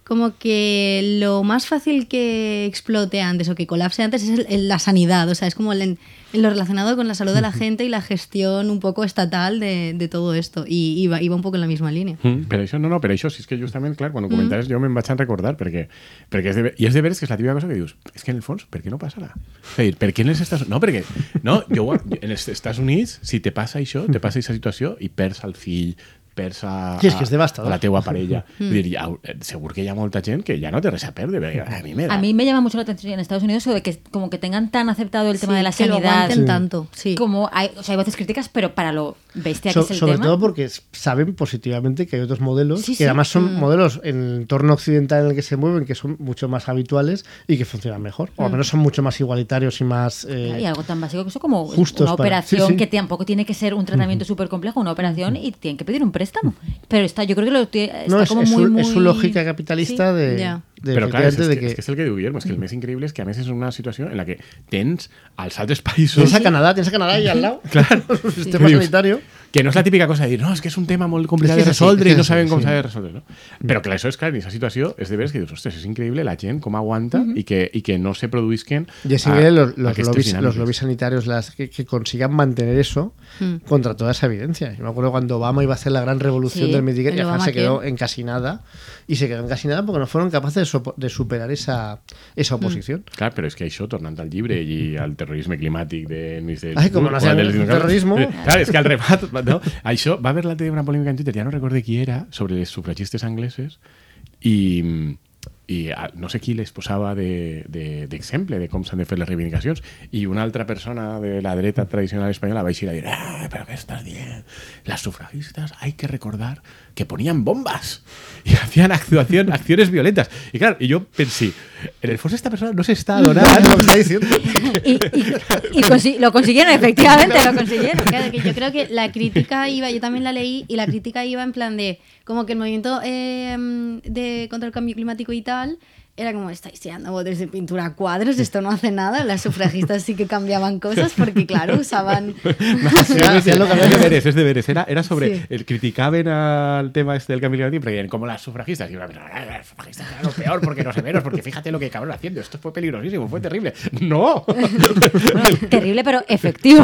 Speaker 5: como que lo más fácil que explote antes o que colapse antes es el- el- la sanidad, o sea, es como el- en lo relacionado con la salud de la gente y la gestión un poco estatal de, de todo esto y iba, iba un poco en la misma línea.
Speaker 2: Hmm.
Speaker 4: Mm, però això, no, no, però això, si és que justament, clar, quan ho comentaves jo me'n vaig a recordar, perquè, perquè és de, i és de veres que és la típica cosa que dius, és que en el fons, per què no passarà? És a dir, per què en els Estats Units? No, perquè, no, jo, en els Estats Units, si te passa això, te passa aquesta situació i perds el fill, perds a,
Speaker 3: Sí, és que és devastador.
Speaker 4: a la teua parella.
Speaker 2: Hmm.
Speaker 4: Mm. Dir, ja, segur que hi ha molta gent que ja no té res a perdre, perquè a mi me da.
Speaker 2: A mí me llama mucho la atención en Estados Unidos sobre que como que tengan tan aceptado el tema
Speaker 5: Sí,
Speaker 2: de la
Speaker 5: que lo
Speaker 2: sanidad.
Speaker 5: aguanten tanto, sí.
Speaker 2: Como hay, o sea, hay voces críticas, pero para lo bestia
Speaker 3: So-
Speaker 2: que es el
Speaker 3: sobre
Speaker 2: tema.
Speaker 3: todo porque s- saben positivamente que hay otros modelos
Speaker 2: Sí,
Speaker 3: que
Speaker 2: sí. Mm.
Speaker 3: además son modelos en el entorno occidental en el que se mueven que son mucho más habituales y que funcionan mejor o al menos son mucho más igualitarios y más eh,
Speaker 2: Mm. y algo tan básico que eso como
Speaker 3: Justos
Speaker 2: una
Speaker 3: para- sí,
Speaker 2: operación
Speaker 3: sí.
Speaker 2: que tampoco tiene que ser un tratamiento súper complejo, una operación y tienen que pedir un préstamo. Pero está, yo creo que lo tie- está
Speaker 3: no es,
Speaker 2: como
Speaker 3: es
Speaker 2: muy,
Speaker 3: su,
Speaker 2: muy-
Speaker 3: es su lógica capitalista
Speaker 5: Sí,
Speaker 3: de,
Speaker 5: ya.
Speaker 3: de
Speaker 4: però clar, és,
Speaker 3: efectivamente,
Speaker 4: és,
Speaker 3: de
Speaker 4: que, és que és el que diu Guillermo, és que
Speaker 2: Hmm.
Speaker 4: el més increïble és que a més és una situació en la que tens als altres països
Speaker 3: tienes a Canadá tienes a Canadá ahí al lado un sistema
Speaker 4: Sí.
Speaker 3: sanitario
Speaker 4: Que no és la típica cosa de dir, no, és que és un tema molt complicat
Speaker 3: És que és
Speaker 4: de
Speaker 3: així,
Speaker 4: resoldre
Speaker 3: és
Speaker 4: i
Speaker 3: que
Speaker 4: no
Speaker 3: és
Speaker 4: sabem
Speaker 3: així,
Speaker 4: com
Speaker 3: sí. Mm.
Speaker 4: s'ha de resoldre, no? Però clar, això és clar, en aquesta situació és de veres que dius, ostres, és increïble la gent com aguanta i, que, i que no se produïsquen
Speaker 3: Y así
Speaker 4: a-
Speaker 3: vienen los, los
Speaker 4: aquestes
Speaker 3: lobbies, los
Speaker 4: dinàmiques.
Speaker 3: lobbies sanitarios las que, que consigan mantener eso
Speaker 2: Hmm.
Speaker 3: contra toda esa evidencia. Yo me acuerdo cuando Obama iba a hacer la gran revolución
Speaker 2: Sí,
Speaker 3: del Medicare y
Speaker 5: el
Speaker 3: al final se
Speaker 5: Obamacare.
Speaker 3: quedó en casi nada. Y se quedó en casi nada porque no fueron capaces de, sopo- de superar esa, esa
Speaker 2: Hmm.
Speaker 3: oposición.
Speaker 4: Clar, però és que això, tornant al llibre i al terrorisme climàtic de... Luis de
Speaker 3: Ai, com no sé, el terrorisme.
Speaker 4: Clar, és que al remat... No? Això, va haver l'altre dia una polèmica en Twitter, ja no recorde qui era, sobre les sufragistes angleses i, i ah, no sé qui les posava de- de- d'exemple de, de com s'han de fer les reivindicacions i una altra persona de la dreta tradicional espanyola va eixir a dir ah, però què estàs dient? Las sufragistas hay que recordar que ponían bombas y hacían actuación, acciones violentas y claro, y yo pensé en el fondo esta persona no se está adorando
Speaker 3: lo que está diciendo.
Speaker 2: Y, y- y consi- lo consiguieron, efectivamente, lo consiguieron.
Speaker 5: Claro, que yo creo que la crítica iba, yo también la leí, y la crítica iba en plan de, como que el movimiento eh, de contra el cambio climático y tal, era como, estáis tirando botes de pintura a cuadros, esto no hace nada, las sufragistas sí que cambiaban cosas, porque claro, usaban...
Speaker 4: Sí,
Speaker 3: Ah,
Speaker 4: sí, sí.
Speaker 3: hacía lo que había
Speaker 4: es
Speaker 3: que hacer.
Speaker 4: deberes, es deberes. Era, era sobre.
Speaker 5: Sí.
Speaker 4: El, criticaban al tema este del cambio climático, pero eran como las sufragistas. Y iban a ver, "Ah, las sufragistas eran lo peor porque no sé menos, porque fíjate lo que acabaron haciendo. Esto fue peligrosísimo, fue terrible. ¡No!
Speaker 2: Bueno, terrible, pero efectivo.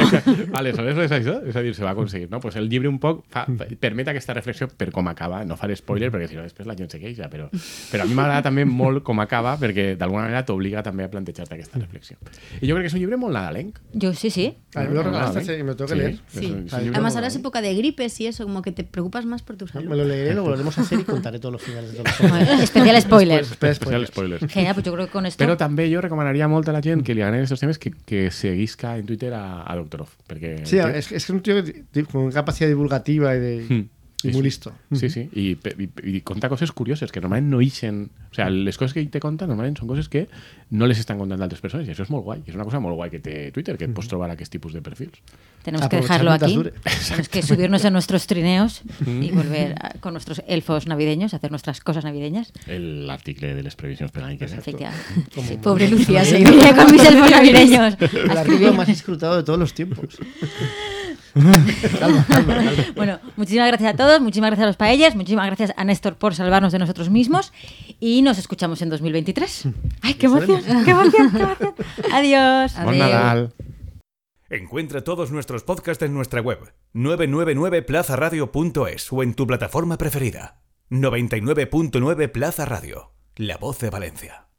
Speaker 4: vale, sobre eso és això, és a dir, se va aconseguir, no? Pues el llibre un poc fa, fa- permet aquesta reflexió per com acaba, no faré spoiler perquè si no després la gent se queixa, però, però a mi m'agrada també molt com acaba perquè d'alguna manera t'obliga també a plantejar-te aquesta reflexió. I jo crec que és un llibre molt nadalenc.
Speaker 2: Yo sí, sí.
Speaker 3: A mí Ah, me lo regalaste sí, y me lo tengo que
Speaker 4: Sí,
Speaker 3: leer.
Speaker 4: és un- és un llibre molt
Speaker 5: Además ahora es
Speaker 4: nadalenc.
Speaker 5: época de gripes y eso, como que te preocupas más por tu salud.
Speaker 3: Me lo leeré, lo volveremos a hacer y contaré todos los finales de todos los
Speaker 2: Bueno,
Speaker 3: finales.
Speaker 2: especial spoiler.
Speaker 3: Espera,
Speaker 4: Especial
Speaker 3: spoilers.
Speaker 4: spoiler.
Speaker 2: Genial, pues yo creo que con esto.
Speaker 4: Però també jo recomanaria molt a la gent que li agraden aquests temes que, que seguisca en Twitter a, a Doctorov. Perquè
Speaker 3: Sí, es, es que es un tío que ti- con capacidad divulgativa y, de,
Speaker 4: Hmm.
Speaker 3: y
Speaker 4: Sí,
Speaker 3: muy
Speaker 4: sí.
Speaker 3: listo.
Speaker 4: Sí, sí, i, pe- i, i conta coses curioses que normalment no ixen... O sea, les coses que ell te conta normalment són coses que no les estan contant d'altres persones i això és molt guai. És una cosa molt guai que té Twitter, que et pots trobar aquest tipus de perfils.
Speaker 2: Tenemos que
Speaker 3: Aprovechar
Speaker 2: dejarlo
Speaker 3: mientras
Speaker 2: aquí.
Speaker 3: dure.
Speaker 2: Tenemos que subirnos a nuestros trineos y volver a- con nuestros elfos navideños a hacer nuestras cosas navideñas.
Speaker 4: El article de les previsions per l'any que ve.
Speaker 2: Efectivamente.
Speaker 3: Como
Speaker 2: Sí,
Speaker 3: un-
Speaker 2: pobre Lucía, se iría con mis elfos navideños.
Speaker 3: El artículo más escrutado de todos los tiempos.
Speaker 2: Bueno, muchísimas gracias a todos, muchísimas gracias a los paellas, muchísimas gracias a Néstor por salvarnos de nosotros mismos y nos escuchamos en 2023.
Speaker 3: Mm.
Speaker 2: ¡Ay, qué emoción! ¡Qué emoción! ¡Qué emoción! Adiós.
Speaker 5: Adeu.
Speaker 3: Pues
Speaker 4: Bon Nadal!
Speaker 1: Encuentra todos nuestros podcasts en nuestra web 999plazaradio.es o en tu plataforma preferida. 99.9 Plaza Radio, la voz de Valencia.